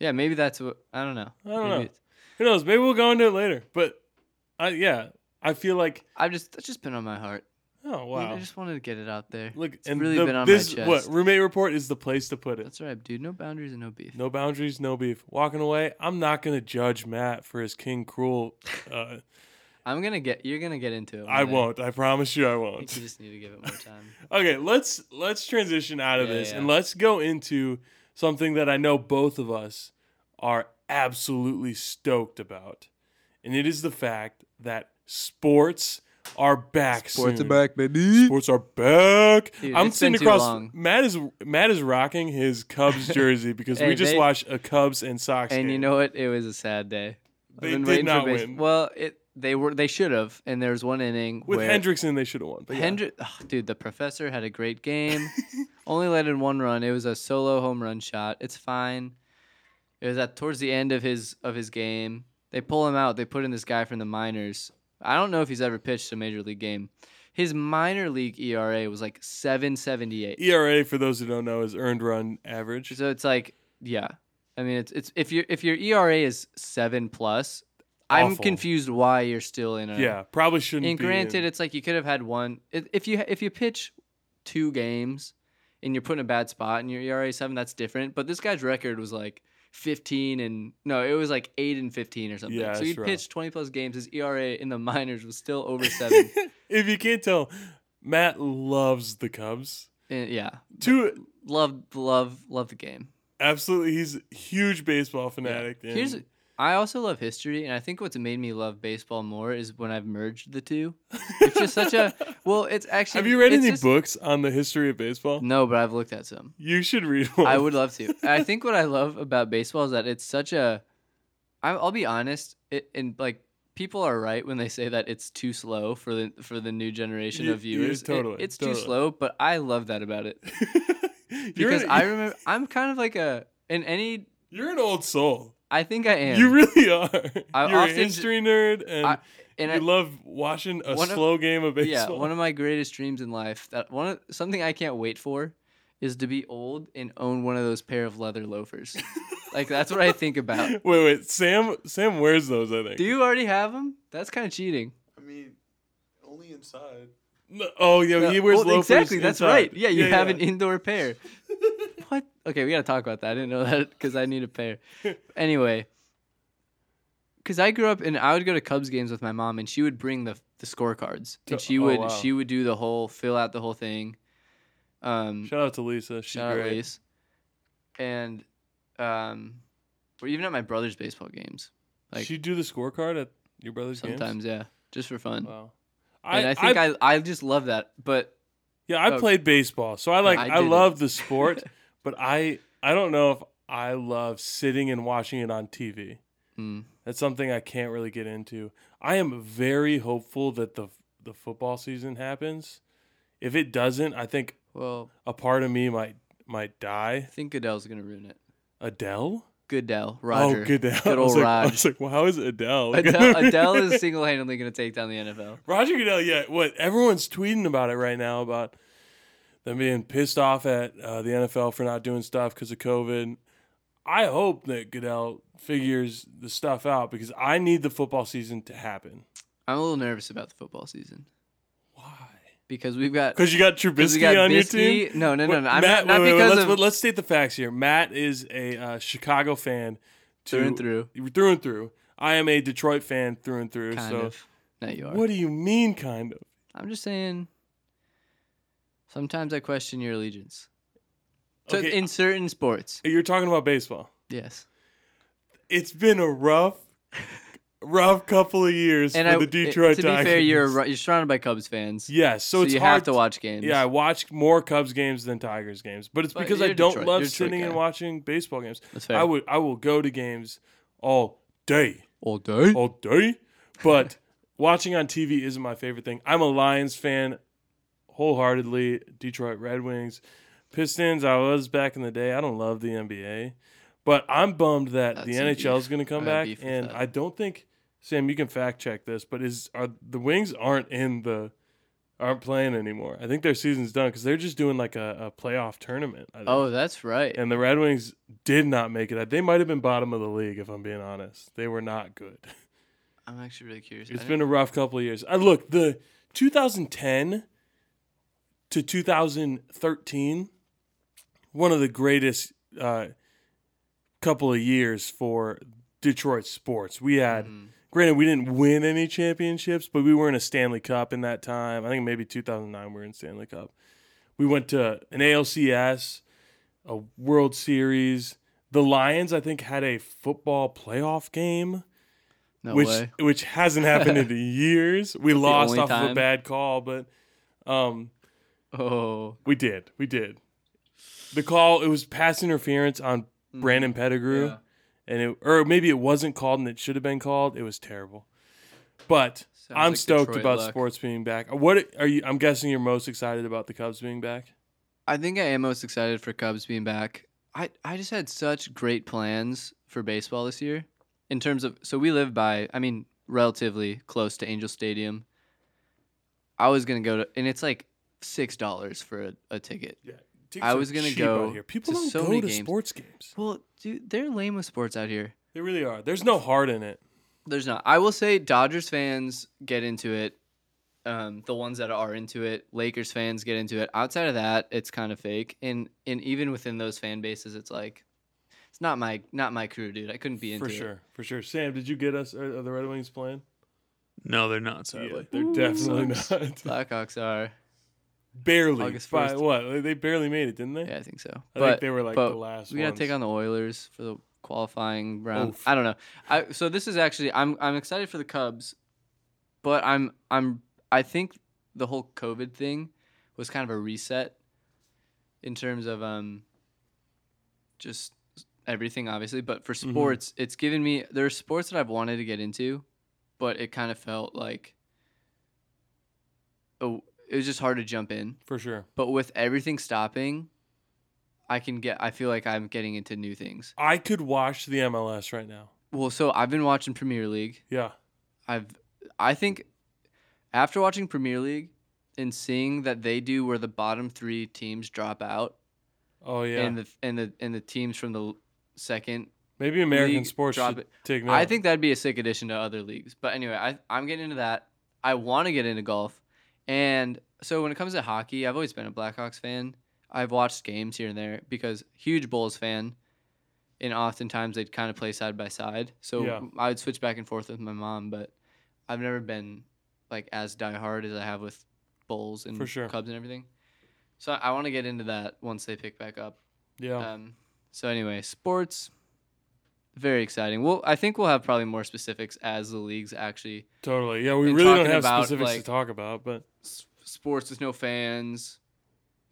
[SPEAKER 2] Yeah, maybe that's what I don't know.
[SPEAKER 1] I don't
[SPEAKER 2] Maybe
[SPEAKER 1] know.
[SPEAKER 2] it's-
[SPEAKER 1] Who knows? Maybe we'll go into it later. But I, yeah, I feel like
[SPEAKER 2] I've just that's just been on my heart.
[SPEAKER 1] oh
[SPEAKER 2] I mean,
[SPEAKER 1] wow.
[SPEAKER 2] I just wanted to get it out there.
[SPEAKER 1] Look,
[SPEAKER 2] it's
[SPEAKER 1] and
[SPEAKER 2] really
[SPEAKER 1] the-
[SPEAKER 2] been on my
[SPEAKER 1] this
[SPEAKER 2] chest.
[SPEAKER 1] what roommate report is the place to put it.
[SPEAKER 2] That's right, dude. No boundaries and no beef.
[SPEAKER 1] No boundaries, no beef. Walking away, I'm not gonna judge Matt for his King Cruel. Uh,
[SPEAKER 2] I'm gonna get. You're gonna get into it. one
[SPEAKER 1] I
[SPEAKER 2] day.
[SPEAKER 1] won't. I promise you, I
[SPEAKER 2] I think
[SPEAKER 1] won't.
[SPEAKER 2] you [LAUGHS] just need to give it more time.
[SPEAKER 1] Okay, let's let's transition out of
[SPEAKER 2] Yeah,
[SPEAKER 1] this
[SPEAKER 2] yeah.
[SPEAKER 1] and let's go into something that I know both of us are absolutely stoked about, and it is the fact that sports are back. soon.
[SPEAKER 2] baby.
[SPEAKER 1] Sports are back.
[SPEAKER 2] Dude,
[SPEAKER 1] I'm
[SPEAKER 2] it's
[SPEAKER 1] sitting
[SPEAKER 2] been too
[SPEAKER 1] across.
[SPEAKER 2] long.
[SPEAKER 1] Matt is Matt is rocking his
[SPEAKER 2] [LAUGHS]
[SPEAKER 1] Cubs jersey because
[SPEAKER 2] Hey,
[SPEAKER 1] we just
[SPEAKER 2] they-
[SPEAKER 1] watched a Cubs and Sox
[SPEAKER 2] And
[SPEAKER 1] game.
[SPEAKER 2] you know what? It was a sad day. I've
[SPEAKER 1] They
[SPEAKER 2] been
[SPEAKER 1] did
[SPEAKER 2] waiting for
[SPEAKER 1] not
[SPEAKER 2] base-
[SPEAKER 1] win.
[SPEAKER 2] Well, it they were they should have. And there was one inning
[SPEAKER 1] with
[SPEAKER 2] where
[SPEAKER 1] Hendrickson, they should have won. but yeah.
[SPEAKER 2] Hendri- Ugh, dude, the professor had a great game. [LAUGHS] Only let in one run. It was a solo home run shot. It's fine. It was at towards the end of his of his game. They pull him out. They put in this guy from the minors. I don't know if he's ever pitched a major league game. His minor league ERA was like 778.
[SPEAKER 1] ERA E for those who don't know is earned run average.
[SPEAKER 2] So it's like, yeah. I mean, it's it's if your if your ERA is seven plus, I'm
[SPEAKER 1] Awful.
[SPEAKER 2] confused why you're still in a
[SPEAKER 1] Yeah, probably shouldn't.
[SPEAKER 2] Uh, And
[SPEAKER 1] be
[SPEAKER 2] granted,
[SPEAKER 1] in.
[SPEAKER 2] it's like you could have had one if if you if you pitch two games and you're put in a bad spot and your ERA is seven, that's different. But this guy's record was like. 15 and no, it was like 8 and 15 or something.
[SPEAKER 1] Yeah,
[SPEAKER 2] so
[SPEAKER 1] that's
[SPEAKER 2] he'd
[SPEAKER 1] rough.
[SPEAKER 2] pitched 20 plus games. His ERA in the minors was still
[SPEAKER 1] [LAUGHS]
[SPEAKER 2] over 7.
[SPEAKER 1] if you can't tell, Matt loves the Cubs.
[SPEAKER 2] and yeah.
[SPEAKER 1] Two,
[SPEAKER 2] Love, love, love the game.
[SPEAKER 1] absolutely, he's a huge baseball
[SPEAKER 2] Yeah.
[SPEAKER 1] fanatic. and-
[SPEAKER 2] Here's I also love history, and I think what's made me love baseball more is when I've merged the two. It's just such
[SPEAKER 1] [LAUGHS]
[SPEAKER 2] a well. It's actually.
[SPEAKER 1] have you read
[SPEAKER 2] it's
[SPEAKER 1] any
[SPEAKER 2] just-
[SPEAKER 1] books on the history of baseball?
[SPEAKER 2] No, but I've looked at some.
[SPEAKER 1] You should read one.
[SPEAKER 2] I would love to. I think what I love about baseball is that it's such a. I- I'll be honest, it, and like people are right when they say that it's too slow for the for the new generation
[SPEAKER 1] Ye-
[SPEAKER 2] of
[SPEAKER 1] yeah,
[SPEAKER 2] viewers. It-
[SPEAKER 1] totally,
[SPEAKER 2] it's too
[SPEAKER 1] totally.
[SPEAKER 2] slow, but I love that about it
[SPEAKER 1] [LAUGHS] you're
[SPEAKER 2] because
[SPEAKER 1] an,
[SPEAKER 2] I remember I'm kind of like a in any.
[SPEAKER 1] you're an old soul.
[SPEAKER 2] I think I am.
[SPEAKER 1] You really are.
[SPEAKER 2] I
[SPEAKER 1] you're a
[SPEAKER 2] often j-
[SPEAKER 1] history nerd, and
[SPEAKER 2] I- and
[SPEAKER 1] you
[SPEAKER 2] I,
[SPEAKER 1] love watching a
[SPEAKER 2] one of-
[SPEAKER 1] slow game of baseball.
[SPEAKER 2] Yeah, one of my greatest dreams in life. That one of, something I can't wait for is to be old and own one of those pair of leather
[SPEAKER 1] [LAUGHS]
[SPEAKER 2] loafers. like that's what I think about.
[SPEAKER 1] wait, wait, Sam. Sam wears those. I think.
[SPEAKER 2] Do you already have them? That's kind of cheating.
[SPEAKER 3] I mean, only inside.
[SPEAKER 1] No, oh yeah,
[SPEAKER 2] No,
[SPEAKER 1] he wears
[SPEAKER 2] well,
[SPEAKER 1] loafers.
[SPEAKER 2] Exactly, that's
[SPEAKER 1] inside.
[SPEAKER 2] right. Yeah, you have
[SPEAKER 1] yeah.
[SPEAKER 2] an
[SPEAKER 1] [LAUGHS]
[SPEAKER 2] indoor pair. what? Okay, we gotta talk about that. I didn't know that because I need a pair. Anyway, because I grew up and I would go to Cubs games with my mom, and she would bring the the scorecards, and
[SPEAKER 1] To-
[SPEAKER 2] she
[SPEAKER 1] oh,
[SPEAKER 2] would
[SPEAKER 1] wow.
[SPEAKER 2] she would do the whole fill out the whole thing. Um,
[SPEAKER 1] Shout out to Lisa. She's
[SPEAKER 2] Shout out
[SPEAKER 1] great.
[SPEAKER 2] Lace. And um or even at my brother's baseball games. Like
[SPEAKER 1] she do the scorecard at your brother's games.
[SPEAKER 2] sometimes, yeah. Just for fun.
[SPEAKER 1] Wow.
[SPEAKER 2] and I, think I, I just love that. But
[SPEAKER 1] yeah I
[SPEAKER 2] oh.
[SPEAKER 1] played baseball, so I like
[SPEAKER 2] I
[SPEAKER 1] I,
[SPEAKER 2] didn't.
[SPEAKER 1] love the
[SPEAKER 2] [LAUGHS]
[SPEAKER 1] sport, but I I don't know if I love sitting and watching it on TV.
[SPEAKER 2] mm,
[SPEAKER 1] That's something I can't really get into. I am very hopeful that the the football season happens. If it doesn't, I think
[SPEAKER 2] well,
[SPEAKER 1] a part of me might might die.
[SPEAKER 2] I think Goodell's gonna ruin it.
[SPEAKER 1] Adele.
[SPEAKER 2] Goodell, Roger.
[SPEAKER 1] Oh, Goodell. [LAUGHS]
[SPEAKER 2] Good
[SPEAKER 1] I was
[SPEAKER 2] old
[SPEAKER 1] like, I
[SPEAKER 2] Rod.
[SPEAKER 1] was like, well, how is Adele? [LAUGHS]
[SPEAKER 2] Adele, Adele is single handedly gonna take down the NFL.
[SPEAKER 1] Roger Goodell, yeah. What everyone's tweeting about it right now about them being pissed off at uh, the NFL for not doing stuff because of COVID. I hope that Goodell figures the stuff out because I need the football season to happen.
[SPEAKER 2] I'm a little nervous about the football season
[SPEAKER 1] Why?
[SPEAKER 2] because we've got
[SPEAKER 1] Because you got
[SPEAKER 2] 'cause
[SPEAKER 1] Trubisky
[SPEAKER 2] we got
[SPEAKER 1] on your team.
[SPEAKER 2] Biskey- No, no, no,
[SPEAKER 1] Wait,
[SPEAKER 2] no. I'm
[SPEAKER 1] Matt,
[SPEAKER 2] not, not
[SPEAKER 1] wait, wait, wait,
[SPEAKER 2] because
[SPEAKER 1] let's,
[SPEAKER 2] of
[SPEAKER 1] let's state the facts here. Matt is a uh, Chicago fan to,
[SPEAKER 2] through and through.
[SPEAKER 1] through and through. I am a Detroit fan through and through.
[SPEAKER 2] Kind
[SPEAKER 1] so
[SPEAKER 2] of. No, you are.
[SPEAKER 1] what do you mean, kind of?
[SPEAKER 2] I'm just saying. Sometimes I question your allegiance. So
[SPEAKER 1] Okay.
[SPEAKER 2] in certain sports,
[SPEAKER 1] You're talking about baseball.
[SPEAKER 2] yes.
[SPEAKER 1] It's been a rough, rough couple of years
[SPEAKER 2] And
[SPEAKER 1] for
[SPEAKER 2] I,
[SPEAKER 1] the Detroit
[SPEAKER 2] to be
[SPEAKER 1] Tigers.
[SPEAKER 2] fair,
[SPEAKER 1] [LAUGHS]
[SPEAKER 2] you're ru- you're surrounded by Cubs fans.
[SPEAKER 1] yes, so,
[SPEAKER 2] so,
[SPEAKER 1] it's
[SPEAKER 2] you
[SPEAKER 1] hard
[SPEAKER 2] have to watch games.
[SPEAKER 1] Yeah, I watch more Cubs games than Tigers games, but it's
[SPEAKER 2] But
[SPEAKER 1] because I
[SPEAKER 2] you're
[SPEAKER 1] don't
[SPEAKER 2] Detroit.
[SPEAKER 1] love
[SPEAKER 2] You're a Detroit
[SPEAKER 1] sitting and
[SPEAKER 2] guy.
[SPEAKER 1] watching baseball games.
[SPEAKER 2] that's fair.
[SPEAKER 1] I would I will go to games all day,
[SPEAKER 2] all day.
[SPEAKER 1] all day, but watching on TV isn't my favorite thing. I'm a Lions fan wholeheartedly, Detroit Red Wings, Pistons I was back in the day. I don't love the NBA, but I'm bummed that
[SPEAKER 2] That's
[SPEAKER 1] the
[SPEAKER 2] some
[SPEAKER 1] NHL is going to come
[SPEAKER 2] I have
[SPEAKER 1] back
[SPEAKER 2] beef with
[SPEAKER 1] and
[SPEAKER 2] that.
[SPEAKER 1] I don't think Sam you can fact check this, but is are the Wings aren't in the aren't playing anymore. I think their season's done cuz they're just doing like a, a playoff tournament. I think.
[SPEAKER 2] Oh, that's right.
[SPEAKER 1] And the Red Wings did not make it. They might have been bottom of the league, if I'm being honest. They were not good. [LAUGHS]
[SPEAKER 2] I'm actually really curious.
[SPEAKER 1] It's been a rough couple of years. I look the 2010 to 2013, one of the greatest uh, couple of years for Detroit sports. We had,
[SPEAKER 2] Mm-hmm. Mm.
[SPEAKER 1] granted, we didn't win any championships, but we were in a Stanley Cup in that time. I think maybe 2009 we were in Stanley Cup. We went to an ALCS, a World Series. The Lions, I think, had a football playoff game
[SPEAKER 2] no
[SPEAKER 1] which
[SPEAKER 2] way.
[SPEAKER 1] which hasn't happened
[SPEAKER 2] [LAUGHS]
[SPEAKER 1] in years. We lost
[SPEAKER 2] only
[SPEAKER 1] off of a
[SPEAKER 2] time.
[SPEAKER 1] bad call, but um,
[SPEAKER 2] Oh,
[SPEAKER 1] we did, we did. The call it was pass interference on Brandon Pettigrew,
[SPEAKER 2] Mm. yeah.
[SPEAKER 1] and it or maybe it wasn't called and it should have been called. It was terrible, but
[SPEAKER 2] Sounds
[SPEAKER 1] I'm
[SPEAKER 2] like
[SPEAKER 1] stoked
[SPEAKER 2] Detroit
[SPEAKER 1] about
[SPEAKER 2] luck.
[SPEAKER 1] sports being back. What are you? I'm guessing you're most excited about the Cubs being back.
[SPEAKER 2] I think I am most excited for Cubs being back. I, I just had such great plans for baseball this year in terms of so we live by I mean relatively close to Angel Stadium. I was gonna go to and it's like six dollars for a, a ticket. I was gonna go
[SPEAKER 1] People
[SPEAKER 2] to
[SPEAKER 1] don't
[SPEAKER 2] so
[SPEAKER 1] go
[SPEAKER 2] many
[SPEAKER 1] to
[SPEAKER 2] games.
[SPEAKER 1] sports games.
[SPEAKER 2] Well, dude, they're lame with sports out here.
[SPEAKER 1] They really are. There's no heart in it.
[SPEAKER 2] There's not. I will say Dodgers fans get into it. Um, the ones that are into it, Lakers fans get into it. Outside of that, it's kind of fake. And and even within those fan bases, it's like it's not my not my crew, dude. I couldn't be into
[SPEAKER 1] For
[SPEAKER 2] it.
[SPEAKER 1] sure, for sure. Sam, did you get us? Are, are the Red Wings playing?
[SPEAKER 3] No, they're not,
[SPEAKER 1] Yeah,
[SPEAKER 3] sadly.
[SPEAKER 1] they're
[SPEAKER 2] Ooh,
[SPEAKER 1] definitely
[SPEAKER 2] sucks.
[SPEAKER 1] not.
[SPEAKER 2] Blackhawks are.
[SPEAKER 1] [LAUGHS] barely.
[SPEAKER 2] August
[SPEAKER 1] by
[SPEAKER 2] 1st.
[SPEAKER 1] what? They barely made it, didn't they?
[SPEAKER 2] Yeah, I think so.
[SPEAKER 1] I
[SPEAKER 2] but
[SPEAKER 1] think they were like
[SPEAKER 2] but
[SPEAKER 1] the last
[SPEAKER 2] we gotta
[SPEAKER 1] ones.
[SPEAKER 2] take on the Oilers for the qualifying round.
[SPEAKER 1] Oof.
[SPEAKER 2] I don't know. I so this is actually I'm I'm excited for the Cubs, but I'm I'm I think the whole COVID thing was kind of a reset in terms of um just everything obviously, but for
[SPEAKER 1] Mhm.
[SPEAKER 2] sports it's given me there are sports that I've wanted to get into, but it kind of felt like oh it was just hard to jump in
[SPEAKER 1] for sure.
[SPEAKER 2] but with everything stopping i can get i feel like i'm getting into new things
[SPEAKER 1] I could watch the MLS right now.
[SPEAKER 2] well so i've been watching premier league
[SPEAKER 1] Yeah,
[SPEAKER 2] i've i think after watching premier league and seeing that they do where the bottom three teams drop out
[SPEAKER 1] oh yeah.
[SPEAKER 2] and the and the and the teams from the l- second
[SPEAKER 1] Maybe American
[SPEAKER 2] league
[SPEAKER 1] sports
[SPEAKER 2] drop
[SPEAKER 1] should
[SPEAKER 2] it.
[SPEAKER 1] take note.
[SPEAKER 2] i think that'd be a sick addition to other leagues but anyway I, i'm getting into that i want to get into golf and so when it comes to hockey i've always been a blackhawks fan i've watched games here and there because huge bulls fan and oftentimes they'd kind of play side by side. So
[SPEAKER 1] Yeah.
[SPEAKER 2] I would switch back and forth with my mom, but I've never been like as diehard as I have with Bulls and
[SPEAKER 1] For sure.
[SPEAKER 2] Cubs and everything. So I want to get into that once they pick back up.
[SPEAKER 1] yeah.
[SPEAKER 2] Um, so anyway, sports, very exciting. Well, I think we'll have probably more specifics as the leagues actually
[SPEAKER 1] totally. Yeah, we
[SPEAKER 2] and
[SPEAKER 1] really don't
[SPEAKER 2] talking
[SPEAKER 1] have
[SPEAKER 2] about,
[SPEAKER 1] specifics to
[SPEAKER 2] like-
[SPEAKER 1] talk about, but
[SPEAKER 2] s- sports with no fans.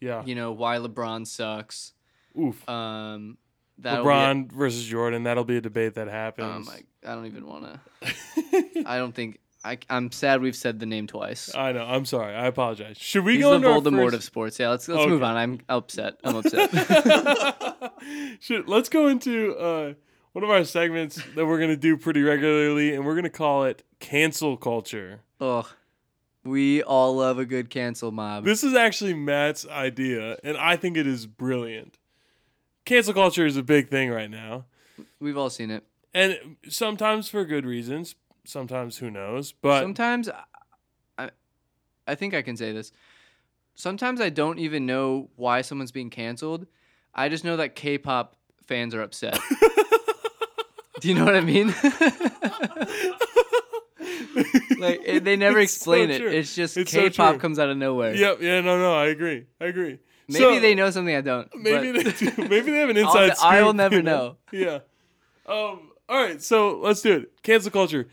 [SPEAKER 1] yeah.
[SPEAKER 2] You know why LeBron sucks.
[SPEAKER 1] Oof.
[SPEAKER 2] Um, that'll be a-
[SPEAKER 1] LeBron versus Jordan. That'll be a debate that [LAUGHS]
[SPEAKER 2] Oh
[SPEAKER 1] happens.
[SPEAKER 2] my! I don't even want to. I don't think I, I'm sad we've said the name twice.
[SPEAKER 1] I know. I'm sorry. I apologize. Should Uh, we
[SPEAKER 2] He's
[SPEAKER 1] go
[SPEAKER 2] the
[SPEAKER 1] into our
[SPEAKER 2] Voldemort
[SPEAKER 1] first-
[SPEAKER 2] of sports. Yeah, let's let's
[SPEAKER 1] Okay.
[SPEAKER 2] move on. I'm upset.
[SPEAKER 1] [LAUGHS]
[SPEAKER 2] I'm upset. [LAUGHS]
[SPEAKER 1] Shit, let's go into uh, one of our segments that we're gonna do pretty regularly, and we're gonna call it cancel culture.
[SPEAKER 2] Ugh. We all love a good cancel mob.
[SPEAKER 1] This is actually Matt's idea, and I think it is brilliant. cancel culture is a big thing right now.
[SPEAKER 2] We've all seen it.
[SPEAKER 1] And sometimes for good reasons, sometimes who knows, but
[SPEAKER 2] sometimes I- I, I think I can say this. Sometimes I don't even know why someone's being canceled. I just know that K-pop fans are
[SPEAKER 1] [LAUGHS]
[SPEAKER 2] upset. Do you know what I mean? like it, they never
[SPEAKER 1] It's so
[SPEAKER 2] explain it.
[SPEAKER 1] true.
[SPEAKER 2] It's just
[SPEAKER 1] It's so
[SPEAKER 2] K-pop
[SPEAKER 1] true.
[SPEAKER 2] comes out of nowhere.
[SPEAKER 1] Yep, yeah, no, no, I agree. I agree.
[SPEAKER 2] Maybe
[SPEAKER 1] So-
[SPEAKER 2] they know something I don't.
[SPEAKER 1] Maybe
[SPEAKER 2] but-
[SPEAKER 1] they
[SPEAKER 2] [LAUGHS]
[SPEAKER 1] do. Maybe they have an
[SPEAKER 2] I'll-
[SPEAKER 1] inside scoop.
[SPEAKER 2] I
[SPEAKER 1] [LAUGHS]
[SPEAKER 2] will never
[SPEAKER 1] you
[SPEAKER 2] know.
[SPEAKER 1] Yeah. Um. All right. So let's do it. Cancel culture.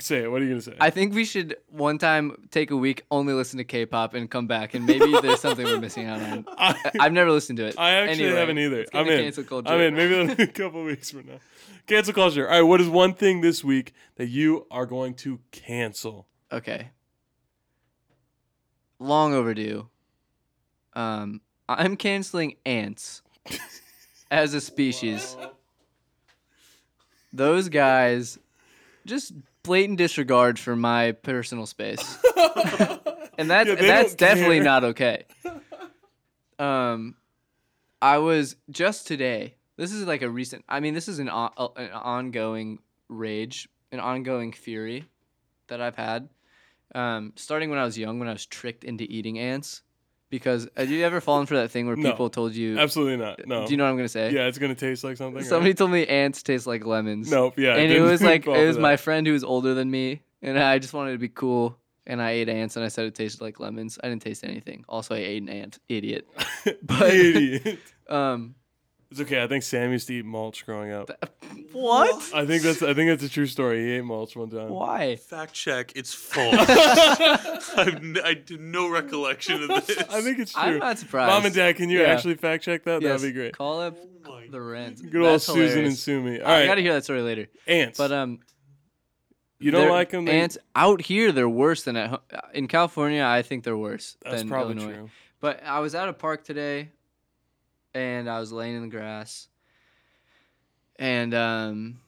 [SPEAKER 1] Say it. What are you gonna say?
[SPEAKER 2] I think we should one time take a week, only listen to K-pop, and come back, and maybe there's something we're missing out [LAUGHS] on.
[SPEAKER 1] I,
[SPEAKER 2] I've never listened to it.
[SPEAKER 1] I actually
[SPEAKER 2] Anyway,
[SPEAKER 1] haven't either.
[SPEAKER 2] let's get
[SPEAKER 1] I'm
[SPEAKER 2] into
[SPEAKER 1] in.
[SPEAKER 2] Cancel culture.
[SPEAKER 1] I'm in. Maybe that'll be a [LAUGHS] couple weeks from now. Cancel culture. All right. What is one thing this week that you are going to
[SPEAKER 2] [LAUGHS]
[SPEAKER 1] cancel?
[SPEAKER 2] Okay. Long overdue. Um, I'm canceling
[SPEAKER 1] [LAUGHS]
[SPEAKER 2] ants as a species. Those guys just blatant disregard for my personal space. and that's
[SPEAKER 1] Yeah, they
[SPEAKER 2] that's
[SPEAKER 1] don't care.
[SPEAKER 2] definitely not okay. Um I was just today. This is like a recent I mean this is an o- uh, an ongoing rage, an ongoing fury that I've had. Um starting when I was young when I was tricked into eating ants because have you ever fallen for that thing where
[SPEAKER 1] No.
[SPEAKER 2] people told you
[SPEAKER 1] Absolutely not. No.
[SPEAKER 2] Do you know what I'm going to say?
[SPEAKER 1] Yeah, it's gonna taste like something. right?
[SPEAKER 2] Somebody told me ants taste like
[SPEAKER 1] [LAUGHS]
[SPEAKER 2] lemons.
[SPEAKER 1] Nope. Yeah. I
[SPEAKER 2] and it
[SPEAKER 1] didn't [LAUGHS]
[SPEAKER 2] was like
[SPEAKER 1] fall
[SPEAKER 2] it
[SPEAKER 1] for
[SPEAKER 2] was
[SPEAKER 1] that.
[SPEAKER 2] my friend who was older than me, and I just wanted to be cool. And I ate ants, and I said it tasted like lemons. I didn't taste anything. Also, I ate an ant. Idiot.
[SPEAKER 1] [LAUGHS]
[SPEAKER 2] [LAUGHS] but-
[SPEAKER 1] Idiot.
[SPEAKER 2] Um,
[SPEAKER 1] It's okay. I think Sam used to eat mulch growing
[SPEAKER 2] [LAUGHS]
[SPEAKER 1] up.
[SPEAKER 2] what?
[SPEAKER 1] I think that's I think that's a true story. He ate mulch one time.
[SPEAKER 2] Why?
[SPEAKER 3] Fact check.
[SPEAKER 2] [LAUGHS]
[SPEAKER 3] It's false. I've n- I have no recollection
[SPEAKER 1] [LAUGHS]
[SPEAKER 3] of
[SPEAKER 1] [LAUGHS]
[SPEAKER 3] this.
[SPEAKER 1] I think it's true.
[SPEAKER 2] I'm not surprised.
[SPEAKER 1] Mom and Dad, can you
[SPEAKER 2] Yeah.
[SPEAKER 1] actually fact check that?
[SPEAKER 2] Yes,
[SPEAKER 1] That'd be great.
[SPEAKER 2] Call up
[SPEAKER 3] Oh my
[SPEAKER 2] the rent.
[SPEAKER 1] Good old
[SPEAKER 2] That's
[SPEAKER 1] Susan and
[SPEAKER 2] hilarious.
[SPEAKER 1] Sumi. All
[SPEAKER 2] I
[SPEAKER 1] right,
[SPEAKER 2] gotta hear that story later.
[SPEAKER 1] ants.
[SPEAKER 2] But um,
[SPEAKER 1] you don't
[SPEAKER 2] they're-
[SPEAKER 1] like them? They-
[SPEAKER 2] Ants out here, they're worse than at home. in California. I think they're worse.
[SPEAKER 1] That's
[SPEAKER 2] than
[SPEAKER 1] probably
[SPEAKER 2] Illinois.
[SPEAKER 1] true.
[SPEAKER 2] But I was at a park today, and I was laying in the grass, and um,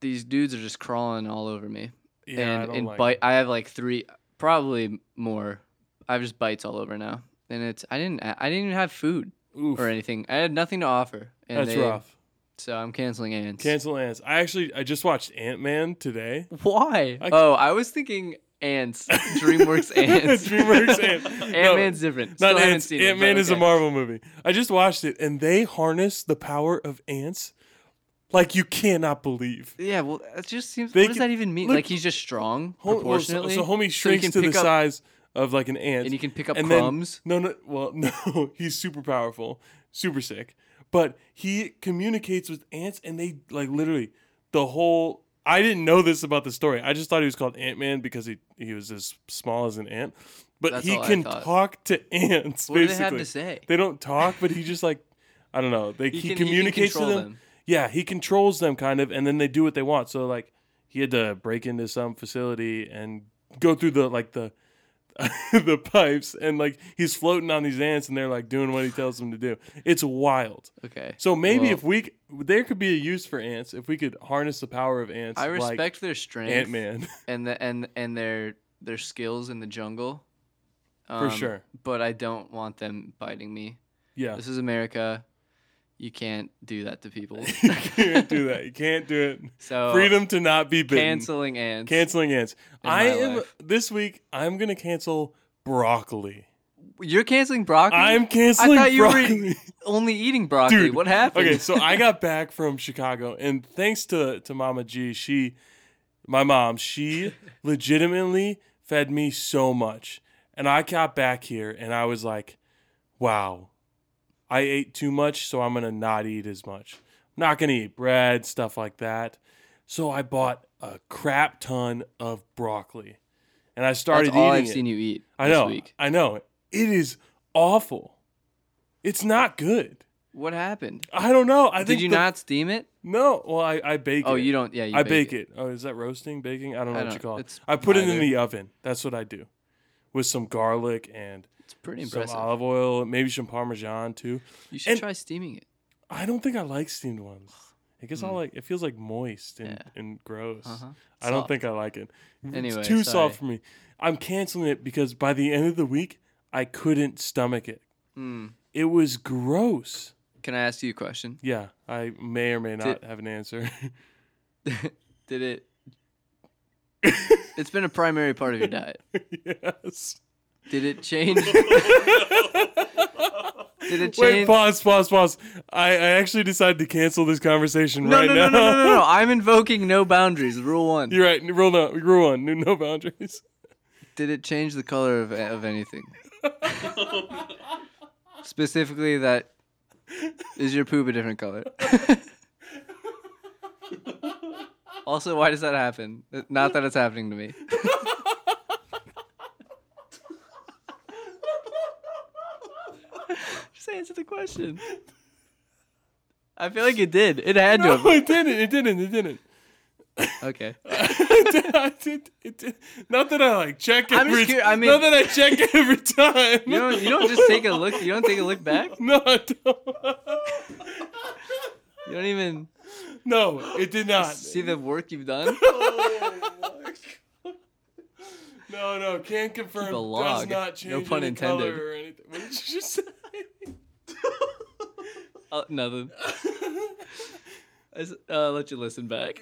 [SPEAKER 2] these dudes are just crawling all over me,
[SPEAKER 1] Yeah, I
[SPEAKER 2] and
[SPEAKER 1] don't
[SPEAKER 2] and
[SPEAKER 1] like
[SPEAKER 2] bite. I have like three, probably more. I have just bites all over now, and it's I didn't I didn't even have food
[SPEAKER 1] them. Oof,
[SPEAKER 2] or anything. I had nothing to offer. And
[SPEAKER 1] that's
[SPEAKER 2] they-
[SPEAKER 1] rough.
[SPEAKER 2] So I'm canceling ants.
[SPEAKER 1] Cancel ants. I actually I just watched Ant Man today.
[SPEAKER 2] Why?
[SPEAKER 1] I-
[SPEAKER 2] oh, I was thinking
[SPEAKER 1] [LAUGHS]
[SPEAKER 2] ants. DreamWorks ants.
[SPEAKER 1] DreamWorks ants.
[SPEAKER 2] [LAUGHS] Ant Man's different. Still
[SPEAKER 1] Not
[SPEAKER 2] haven't
[SPEAKER 1] ants.
[SPEAKER 2] seen it,
[SPEAKER 1] Ant
[SPEAKER 2] but
[SPEAKER 1] Man is a
[SPEAKER 2] okay.
[SPEAKER 1] Marvel movie. I just watched it, and they harness the power of ants like you cannot believe.
[SPEAKER 2] Yeah, well, it just seems.
[SPEAKER 1] They
[SPEAKER 2] what does
[SPEAKER 1] can-
[SPEAKER 2] that even mean?
[SPEAKER 1] look-
[SPEAKER 2] like he's just strong
[SPEAKER 1] Hom- well, so-
[SPEAKER 2] proportionately.
[SPEAKER 1] so, homie
[SPEAKER 2] he
[SPEAKER 1] shrinks
[SPEAKER 2] can
[SPEAKER 1] to the
[SPEAKER 2] pick up-
[SPEAKER 1] size of like an ant,
[SPEAKER 2] and he can pick up
[SPEAKER 1] and then-
[SPEAKER 2] crumbs.
[SPEAKER 1] No, no. Well, [LAUGHS] no. He's super powerful, super sick, but he communicates with ants, and they like literally the whole. I didn't know this about the story. I just thought he was called Ant Man because he he was as small as an ant, but
[SPEAKER 2] That's
[SPEAKER 1] he
[SPEAKER 2] all I
[SPEAKER 1] can
[SPEAKER 2] thought.
[SPEAKER 1] talk to ants.
[SPEAKER 2] what do they
[SPEAKER 1] basically,
[SPEAKER 2] have to say?
[SPEAKER 1] They don't talk, but he just like I don't know. They he, communicates to
[SPEAKER 2] control
[SPEAKER 1] them. Yeah, he controls them kind of, and then they do what they want. So like, he had to break into some facility and go through the like the [LAUGHS] the pipes, and like he's floating on these ants, and they're like doing what he tells them to do. It's wild.
[SPEAKER 2] Okay.
[SPEAKER 1] So maybe
[SPEAKER 2] Well,
[SPEAKER 1] if we c- there could be a use for ants if we could harness the power of ants.
[SPEAKER 2] I
[SPEAKER 1] like
[SPEAKER 2] respect their strength
[SPEAKER 1] Ant Man
[SPEAKER 2] and the and and their their skills in the jungle.
[SPEAKER 1] for
[SPEAKER 2] um,
[SPEAKER 1] sure.
[SPEAKER 2] But I don't want them biting me.
[SPEAKER 1] [LAUGHS] Yeah,
[SPEAKER 2] This is America. You can't do that to people.
[SPEAKER 1] [LAUGHS] you can't do that. You can't do it.
[SPEAKER 2] [LAUGHS] So
[SPEAKER 1] Freedom to not be bitten.
[SPEAKER 2] Oh. canceling ants.
[SPEAKER 1] Canceling ants.
[SPEAKER 2] In
[SPEAKER 1] I
[SPEAKER 2] my
[SPEAKER 1] am
[SPEAKER 2] life.
[SPEAKER 1] this week. I'm gonna cancel broccoli.
[SPEAKER 2] You're canceling broccoli.
[SPEAKER 1] I'm canceling
[SPEAKER 2] thought you were-
[SPEAKER 1] broccoli.
[SPEAKER 2] [LAUGHS] only eating broccoli.
[SPEAKER 1] Dude,
[SPEAKER 2] what happened?
[SPEAKER 1] okay, so
[SPEAKER 2] [LAUGHS]
[SPEAKER 1] I got back from Chicago, and thanks to to Mama G, she, my mom, she legitimately fed me so much, and I got back here, and I was like, wow, I ate too much, so I'm gonna not eat as much. I'm not gonna eat bread, stuff like that. So I bought a crap ton of broccoli, and I started
[SPEAKER 2] That's all
[SPEAKER 1] eating
[SPEAKER 2] I've
[SPEAKER 1] it.
[SPEAKER 2] seen you eat.
[SPEAKER 1] I
[SPEAKER 2] this
[SPEAKER 1] know,
[SPEAKER 2] Week.
[SPEAKER 1] I know, it is awful. It's not good.
[SPEAKER 2] What happened?
[SPEAKER 1] I don't know. I think
[SPEAKER 2] Did you
[SPEAKER 1] the-
[SPEAKER 2] not steam it?
[SPEAKER 1] No. Well, I, I bake it.
[SPEAKER 2] Oh, you don't. Yeah, you
[SPEAKER 1] I bake it. Oh, is that roasting, baking? I don't know
[SPEAKER 2] I
[SPEAKER 1] what you
[SPEAKER 2] don't-
[SPEAKER 1] call it.
[SPEAKER 2] it's
[SPEAKER 1] I put it in
[SPEAKER 2] either.
[SPEAKER 1] the oven. That's what I do, with some garlic and
[SPEAKER 2] It's pretty
[SPEAKER 1] some
[SPEAKER 2] impressive.
[SPEAKER 1] olive oil, maybe some parmesan too.
[SPEAKER 2] you should
[SPEAKER 1] um, and-
[SPEAKER 2] try steaming it.
[SPEAKER 1] I don't think I like steamed ones. I guess I like. It feels like moist and,
[SPEAKER 2] Hmm. Yeah.
[SPEAKER 1] and gross.
[SPEAKER 2] Uh-huh.
[SPEAKER 1] I don't
[SPEAKER 2] Soft.
[SPEAKER 1] think I like it.
[SPEAKER 2] Anyway,
[SPEAKER 1] it's too
[SPEAKER 2] sorry.
[SPEAKER 1] soft for me. I'm canceling it because by the end of the week, I couldn't stomach it.
[SPEAKER 2] Mm.
[SPEAKER 1] It was gross.
[SPEAKER 2] Can I ask you a question? [LAUGHS]
[SPEAKER 1] Yeah, I may or may not
[SPEAKER 2] Did-
[SPEAKER 1] have an answer. [LAUGHS]
[SPEAKER 2] Did it? it's been a primary part of your diet. [LAUGHS]
[SPEAKER 1] yes.
[SPEAKER 2] Did
[SPEAKER 1] [LAUGHS]
[SPEAKER 2] it change? Did it
[SPEAKER 1] Wait,
[SPEAKER 2] change?
[SPEAKER 1] pause, pause, pause. I, I actually decided to cancel this conversation
[SPEAKER 2] no,
[SPEAKER 1] right
[SPEAKER 2] no,
[SPEAKER 1] now.
[SPEAKER 2] no, no, no, no, no. I'm invoking no boundaries. Rule
[SPEAKER 1] [LAUGHS]
[SPEAKER 2] one.
[SPEAKER 1] You're right. Rule no, rule one. No, no boundaries.
[SPEAKER 2] Did it change the color of
[SPEAKER 1] [LAUGHS]
[SPEAKER 2] of anything? Specifically, that is your poop a
[SPEAKER 1] [LAUGHS]
[SPEAKER 2] different color? also, why does that happen? Not that it's happening
[SPEAKER 1] [LAUGHS]
[SPEAKER 2] to me. Just answer the question. I feel like it did. It had
[SPEAKER 1] [LAUGHS]
[SPEAKER 2] to.
[SPEAKER 1] No,
[SPEAKER 2] Have.
[SPEAKER 1] it didn't. It didn't. It didn't.
[SPEAKER 2] Okay.
[SPEAKER 1] it did- I did- it did- [LAUGHS] Not that I like check
[SPEAKER 2] I'm just
[SPEAKER 1] every.
[SPEAKER 2] curi- I mean-
[SPEAKER 1] not that I check every time.
[SPEAKER 2] You don't. You don't just take a look. You don't take a look back.
[SPEAKER 1] [LAUGHS] No, I don't.
[SPEAKER 2] You don't even
[SPEAKER 1] no, it did not.
[SPEAKER 2] see the work you've done.
[SPEAKER 1] [LAUGHS] No, no, can't confirm.
[SPEAKER 2] Keep a log.
[SPEAKER 1] Does not
[SPEAKER 2] No
[SPEAKER 1] change
[SPEAKER 2] pun
[SPEAKER 1] any
[SPEAKER 2] intended.
[SPEAKER 1] color or anything. What did you just say?
[SPEAKER 2] Uh,
[SPEAKER 1] [LAUGHS]
[SPEAKER 2] nothing. I s- uh, I'll let you listen back.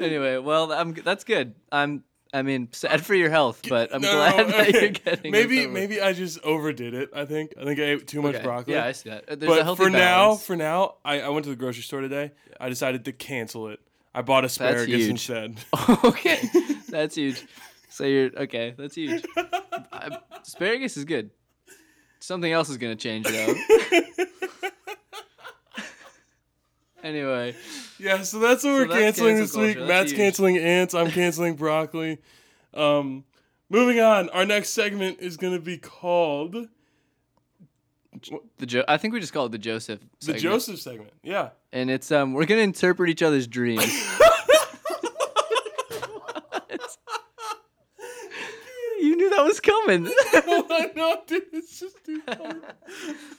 [SPEAKER 2] Anyway, well, I'm that's good. I'm. I mean, sad for your health, but [LAUGHS] I'm
[SPEAKER 1] No,
[SPEAKER 2] glad
[SPEAKER 1] no, [LAUGHS]
[SPEAKER 2] that
[SPEAKER 1] okay.
[SPEAKER 2] you're getting. this
[SPEAKER 1] Maybe,
[SPEAKER 2] over with.
[SPEAKER 1] maybe I just overdid it. I think. I think I ate too much
[SPEAKER 2] Okay.
[SPEAKER 1] broccoli.
[SPEAKER 2] Yeah, I see that. Uh, There's a
[SPEAKER 1] but
[SPEAKER 2] healthy
[SPEAKER 1] for now,
[SPEAKER 2] balance.
[SPEAKER 1] for now, I, I went to the grocery store today. I decided to cancel it. I bought asparagus
[SPEAKER 2] huge.
[SPEAKER 1] instead. [LAUGHS]
[SPEAKER 2] [LAUGHS] okay, that's huge. So you're okay. That's huge. I- asparagus is good. Something else is gonna change
[SPEAKER 1] [LAUGHS]
[SPEAKER 2] though. anyway,
[SPEAKER 1] Yeah, so that's what we're
[SPEAKER 2] that's
[SPEAKER 1] canceling
[SPEAKER 2] cancel
[SPEAKER 1] this week.
[SPEAKER 2] culture. That's
[SPEAKER 1] Matt's
[SPEAKER 2] huge.
[SPEAKER 1] canceling ants. I'm canceling broccoli. Um, moving on. Our next segment is going to be called the
[SPEAKER 2] the jo- I think we just call it the Joseph. segment.
[SPEAKER 1] Joseph segment. Yeah. [LAUGHS]
[SPEAKER 2] and it's um we're gonna interpret each other's dreams. [LAUGHS] What? you knew that was coming.
[SPEAKER 1] Why not, dude? It's just too funny.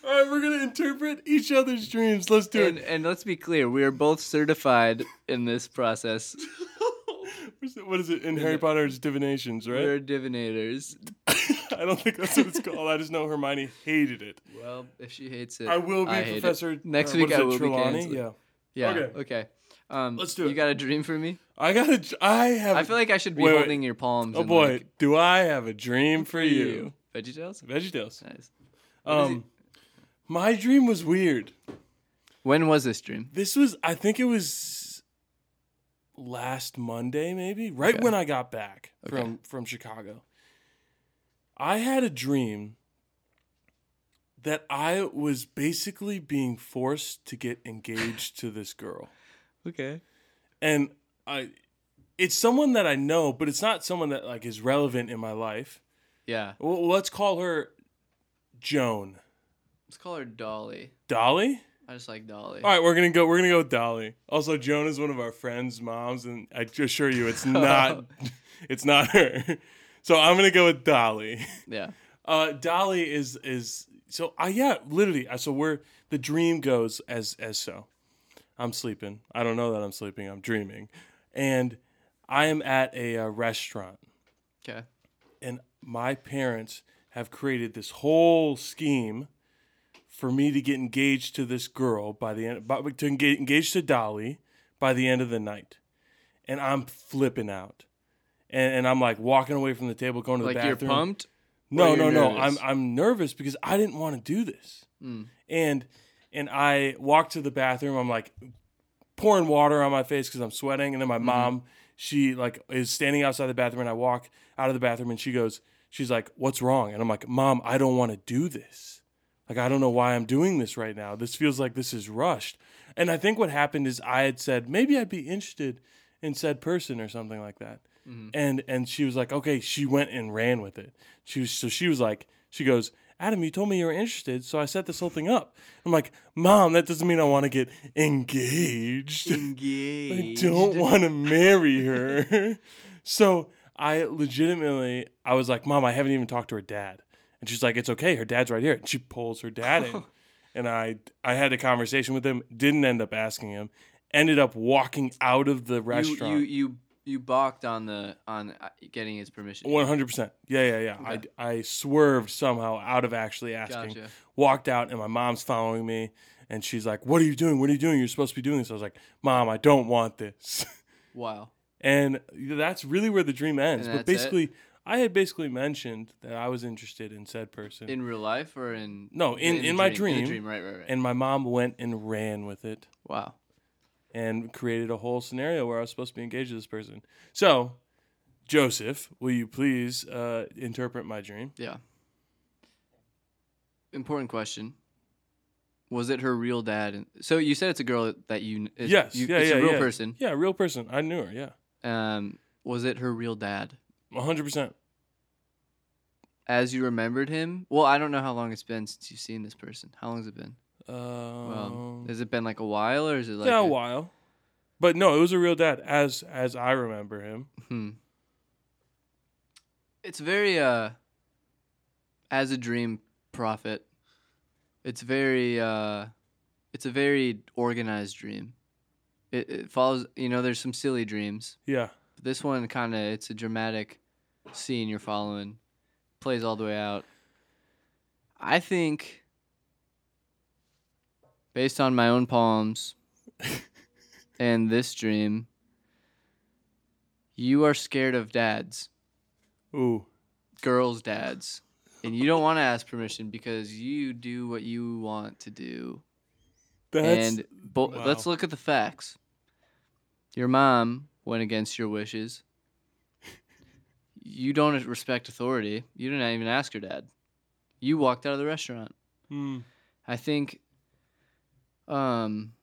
[SPEAKER 1] All right, we're going to interpret each other's dreams. Let's do
[SPEAKER 2] and,
[SPEAKER 1] it.
[SPEAKER 2] and let's be clear, we are both certified in this process.
[SPEAKER 1] What's it- What is it in Harry Potter's divinations,
[SPEAKER 2] We're
[SPEAKER 1] right?
[SPEAKER 2] divinators.
[SPEAKER 1] [LAUGHS] I don't think that's what it's called. I just know Hermione hated it.
[SPEAKER 2] Well, if she hates it,
[SPEAKER 1] I will be
[SPEAKER 2] hate it.
[SPEAKER 1] Professor
[SPEAKER 2] Next
[SPEAKER 1] or
[SPEAKER 2] week
[SPEAKER 1] what is
[SPEAKER 2] I
[SPEAKER 1] it,
[SPEAKER 2] will be
[SPEAKER 1] Trelawney.
[SPEAKER 2] canceling.
[SPEAKER 1] Yeah.
[SPEAKER 2] Yeah.
[SPEAKER 1] Okay.
[SPEAKER 2] Okay. Um,
[SPEAKER 1] Let's do it.
[SPEAKER 2] You got a dream for me?
[SPEAKER 1] I got to I have
[SPEAKER 2] I feel like I should be
[SPEAKER 1] Wait, wait.
[SPEAKER 2] holding your palms.
[SPEAKER 1] Oh
[SPEAKER 2] and,
[SPEAKER 1] boy,
[SPEAKER 2] like,
[SPEAKER 1] do I have a dream for
[SPEAKER 2] for
[SPEAKER 1] you?
[SPEAKER 2] you. VeggieTales.
[SPEAKER 1] VeggieTales.
[SPEAKER 2] Nice. is
[SPEAKER 1] Um, my dream was weird.
[SPEAKER 2] When was this dream?
[SPEAKER 1] This was, I think it was last Monday, maybe right
[SPEAKER 2] Okay.
[SPEAKER 1] when I got back
[SPEAKER 2] Okay.
[SPEAKER 1] from from Chicago. I had a dream that I was basically being forced to get engaged to this girl.
[SPEAKER 2] Okay.
[SPEAKER 1] and I it's someone that I know, but it's not someone that like is relevant in my life.
[SPEAKER 2] Yeah.
[SPEAKER 1] Well, let's call her Joan.
[SPEAKER 2] Let's call her Dolly.
[SPEAKER 1] Dolly?
[SPEAKER 2] I just like Dolly.
[SPEAKER 1] All right, we're going to go we're going to go with Dolly. Also Joan is one of our friends' moms and I assure you it's not it's not her. So I'm going to go with Dolly.
[SPEAKER 2] Yeah.
[SPEAKER 1] Uh Dolly is is so I yeah, literally I- so we're the dream goes as as so. I'm sleeping. I don't know that I'm sleeping. I'm dreaming. And I am at a, uh restaurant
[SPEAKER 2] Okay.
[SPEAKER 1] and my parents have created this whole scheme for me to get engaged to this girl by the end by, to engage, engage to Dolly by the end of the night. And I'm flipping out. And, and I'm like walking away from the table, going to
[SPEAKER 2] Like
[SPEAKER 1] the
[SPEAKER 2] you're
[SPEAKER 1] bathroom.
[SPEAKER 2] pumped.
[SPEAKER 1] No,
[SPEAKER 2] Or
[SPEAKER 1] no,
[SPEAKER 2] you're
[SPEAKER 1] no. I'm
[SPEAKER 2] nervous?
[SPEAKER 1] I'm nervous because I didn't want to do this.
[SPEAKER 2] Mm.
[SPEAKER 1] And and I walked to the bathroom. I'm like pouring water on my face because I'm sweating. And then my mom, she like is standing outside the bathroom, and I walk out of the bathroom, and she goes, she's like, "What's wrong?" And I'm like, "Mom, I don't want to do this. Like I don't know why I'm doing this right now. This feels like this is rushed." And I think what happened is I had said maybe I'd be interested in said person or something like that and and she was like okay she went and ran with it she was so she was like she goes adam you told me you were interested so i set this whole thing up i'm like mom that doesn't mean i want to get engaged i
[SPEAKER 2] Engaged.
[SPEAKER 1] don't want to marry her [LAUGHS] so i legitimately i was like mom i haven't even talked to her dad and she's like it's okay her dad's right here and she pulls her dad
[SPEAKER 2] [LAUGHS]
[SPEAKER 1] in and i i had a conversation with him didn't end up asking him ended up walking out of the
[SPEAKER 2] You,
[SPEAKER 1] restaurant
[SPEAKER 2] you you you balked on the on uh, getting his permission.
[SPEAKER 1] One hundred percent. Yeah, yeah, yeah.
[SPEAKER 2] Okay.
[SPEAKER 1] I, I swerved somehow out of actually asking.
[SPEAKER 2] Gotcha.
[SPEAKER 1] Walked out, and my mom's following me, and she's like, "What are you doing? What are you doing? You're supposed to be doing this." I was like, "Mom, I don't want this." [LAUGHS]
[SPEAKER 2] Wow.
[SPEAKER 1] and that's really where the dream ends.
[SPEAKER 2] And
[SPEAKER 1] But
[SPEAKER 2] that's it?
[SPEAKER 1] basically, I had basically mentioned that I was interested in said person,
[SPEAKER 2] In real life or in
[SPEAKER 1] No, in-
[SPEAKER 2] a
[SPEAKER 1] in my
[SPEAKER 2] In a
[SPEAKER 1] dream.
[SPEAKER 2] dream, right, right, right.
[SPEAKER 1] and my mom went and ran with it
[SPEAKER 2] wow.
[SPEAKER 1] and created a whole scenario where I was supposed to be engaged to this person. So, Joseph, will you please uh, interpret my dream?
[SPEAKER 2] Yeah. Important question. Was it her real dad? And, so you said it's a girl that you. It's,
[SPEAKER 1] Yes,
[SPEAKER 2] You,
[SPEAKER 1] yeah,
[SPEAKER 2] it's
[SPEAKER 1] yeah,
[SPEAKER 2] a real
[SPEAKER 1] yeah.
[SPEAKER 2] person.
[SPEAKER 1] Yeah, real person. I knew her. Yeah,
[SPEAKER 2] Um, was it her real dad?
[SPEAKER 1] one hundred percent.
[SPEAKER 2] As you remembered him? Well, I don't know how long it's been since you've seen this person. How long has it been? Well,
[SPEAKER 1] Um,
[SPEAKER 2] has it been like a while, or is it like
[SPEAKER 1] yeah, a
[SPEAKER 2] a-
[SPEAKER 1] while. But no, it was a real dad, as as I remember him.
[SPEAKER 2] Hmm. It's very uh as a dream prophet. It's very uh it's a very organized dream. It, it follows, you know, there's some silly dreams.
[SPEAKER 1] Yeah,
[SPEAKER 2] But this one kind of it's a dramatic scene you're following. Plays all the way out. I think based on my own poems and this dream you are scared of dads
[SPEAKER 1] ooh,
[SPEAKER 2] girls' dads, and you don't want to ask permission because you do what you want to do.
[SPEAKER 1] that's
[SPEAKER 2] and bo-
[SPEAKER 1] wow.
[SPEAKER 2] let's look at the facts. Your mom went against your wishes. You don't respect authority. You didn't even ask your dad. You walked out of the restaurant.
[SPEAKER 1] hmm,
[SPEAKER 2] I think um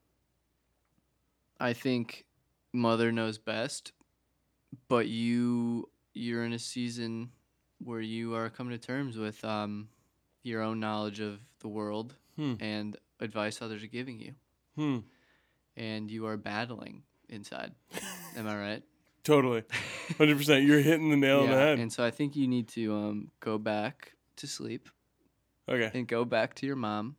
[SPEAKER 2] I think mother knows best, but you you're in a season where you are coming to terms with um your own knowledge of the world
[SPEAKER 1] Hmm.
[SPEAKER 2] and advice others are giving you
[SPEAKER 1] hmm,
[SPEAKER 2] and you are battling inside. Am I
[SPEAKER 1] [LAUGHS]
[SPEAKER 2] right?
[SPEAKER 1] totally, hundred percent. You're hitting the nail on the head.
[SPEAKER 2] And so I think you need to um go back to sleep
[SPEAKER 1] okay,
[SPEAKER 2] and go back to your mom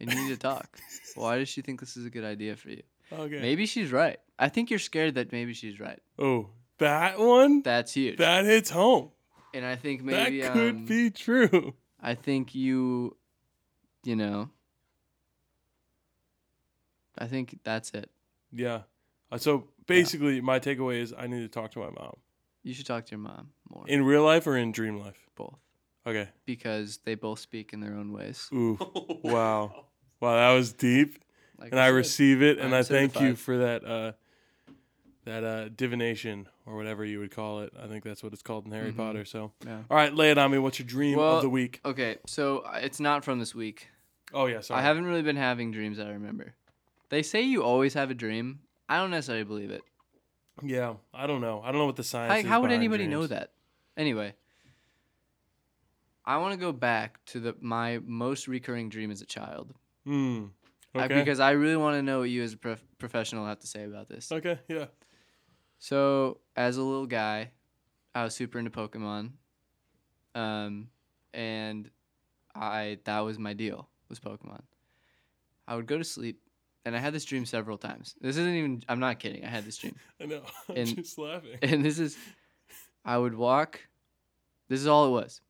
[SPEAKER 2] and you need
[SPEAKER 1] [LAUGHS]
[SPEAKER 2] to talk. Why does she think this is a good idea for you?
[SPEAKER 1] okay.
[SPEAKER 2] Maybe she's right. I think you're scared that maybe she's right.
[SPEAKER 1] Oh, that one.
[SPEAKER 2] That's huge.
[SPEAKER 1] That hits home.
[SPEAKER 2] and I think maybe
[SPEAKER 1] that could
[SPEAKER 2] um,
[SPEAKER 1] be true.
[SPEAKER 2] I think you, you know. I think that's it.
[SPEAKER 1] Yeah. Uh, So basically, my takeaway is I need to talk to my mom
[SPEAKER 2] You should talk to your mom more.
[SPEAKER 1] in real life or in dream life.
[SPEAKER 2] both
[SPEAKER 1] Okay.
[SPEAKER 2] because they both speak in their own ways. [LAUGHS]
[SPEAKER 1] Ooh. Wow. Wow, that was deep,
[SPEAKER 2] Like
[SPEAKER 1] and I
[SPEAKER 2] said.
[SPEAKER 1] receive it, and
[SPEAKER 2] I'm
[SPEAKER 1] I thank you
[SPEAKER 2] certified.
[SPEAKER 1] for that. Uh, that uh, divination or whatever you would call it. I think that's what it's called in Harry
[SPEAKER 2] Mhm.
[SPEAKER 1] Potter. So,
[SPEAKER 2] Yeah.
[SPEAKER 1] all right, lay it on me. What's your dream
[SPEAKER 2] Well-
[SPEAKER 1] of the week?
[SPEAKER 2] Okay, so uh, it's not from this week.
[SPEAKER 1] Oh yeah, sorry.
[SPEAKER 2] I haven't really been having dreams that I remember. They say you always have a dream. I don't necessarily believe it.
[SPEAKER 1] Yeah, I don't know. I don't know what the science.
[SPEAKER 2] Like,
[SPEAKER 1] is
[SPEAKER 2] how would
[SPEAKER 1] behind
[SPEAKER 2] anybody know
[SPEAKER 1] dreams.
[SPEAKER 2] that? Anyway, I want to go back to the my most recurring dream as a child
[SPEAKER 1] Hmm.
[SPEAKER 2] I-
[SPEAKER 1] Okay.
[SPEAKER 2] because I really want to know what you as a prof- professional have to say about this.
[SPEAKER 1] okay. Yeah.
[SPEAKER 2] So, as a little guy, I was super into Pokemon, um, and I that was my deal was Pokemon. I would go to sleep, and I had this dream several times. This isn't even. I'm not kidding. I had this dream.
[SPEAKER 1] I know. [LAUGHS] I'm
[SPEAKER 2] And-
[SPEAKER 1] just laughing.
[SPEAKER 2] [LAUGHS] and this is I would walk. This is all it was.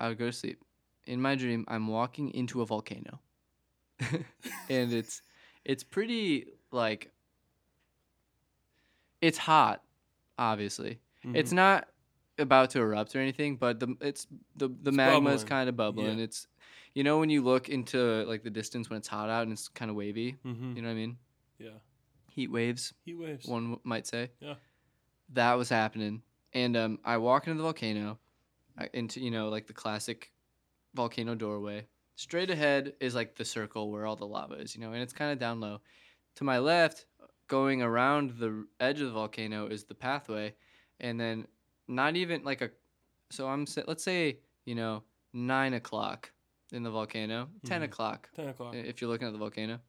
[SPEAKER 2] I would go to sleep. In my dream, I'm walking into a volcano. [LAUGHS] and it's it's pretty like it's hot, obviously.
[SPEAKER 1] Mm-hmm.
[SPEAKER 2] It's not about to erupt or anything, but the it's the the magma's
[SPEAKER 1] bubbling.
[SPEAKER 2] kind of bubbling.
[SPEAKER 1] Yeah.
[SPEAKER 2] It's you know when you look into like the distance when it's hot out and it's kind of wavy,
[SPEAKER 1] Mm-hmm.
[SPEAKER 2] you know what I mean?
[SPEAKER 1] Yeah.
[SPEAKER 2] Heat waves
[SPEAKER 1] Heat waves.
[SPEAKER 2] one w- might say.
[SPEAKER 1] Yeah.
[SPEAKER 2] That was happening, and um, I walk into the volcano, I, into you know like the classic volcano doorway. Straight ahead is like the circle where all the lava is, you know, and it's kind of down low. To my left, going around the r- edge of the volcano is the pathway, and then not even like a. So I'm sa- let's say you know nine o'clock in the volcano, 10
[SPEAKER 1] Mhm.
[SPEAKER 2] o'clock
[SPEAKER 1] Ten o'clock.
[SPEAKER 2] i- if you're looking at the volcano,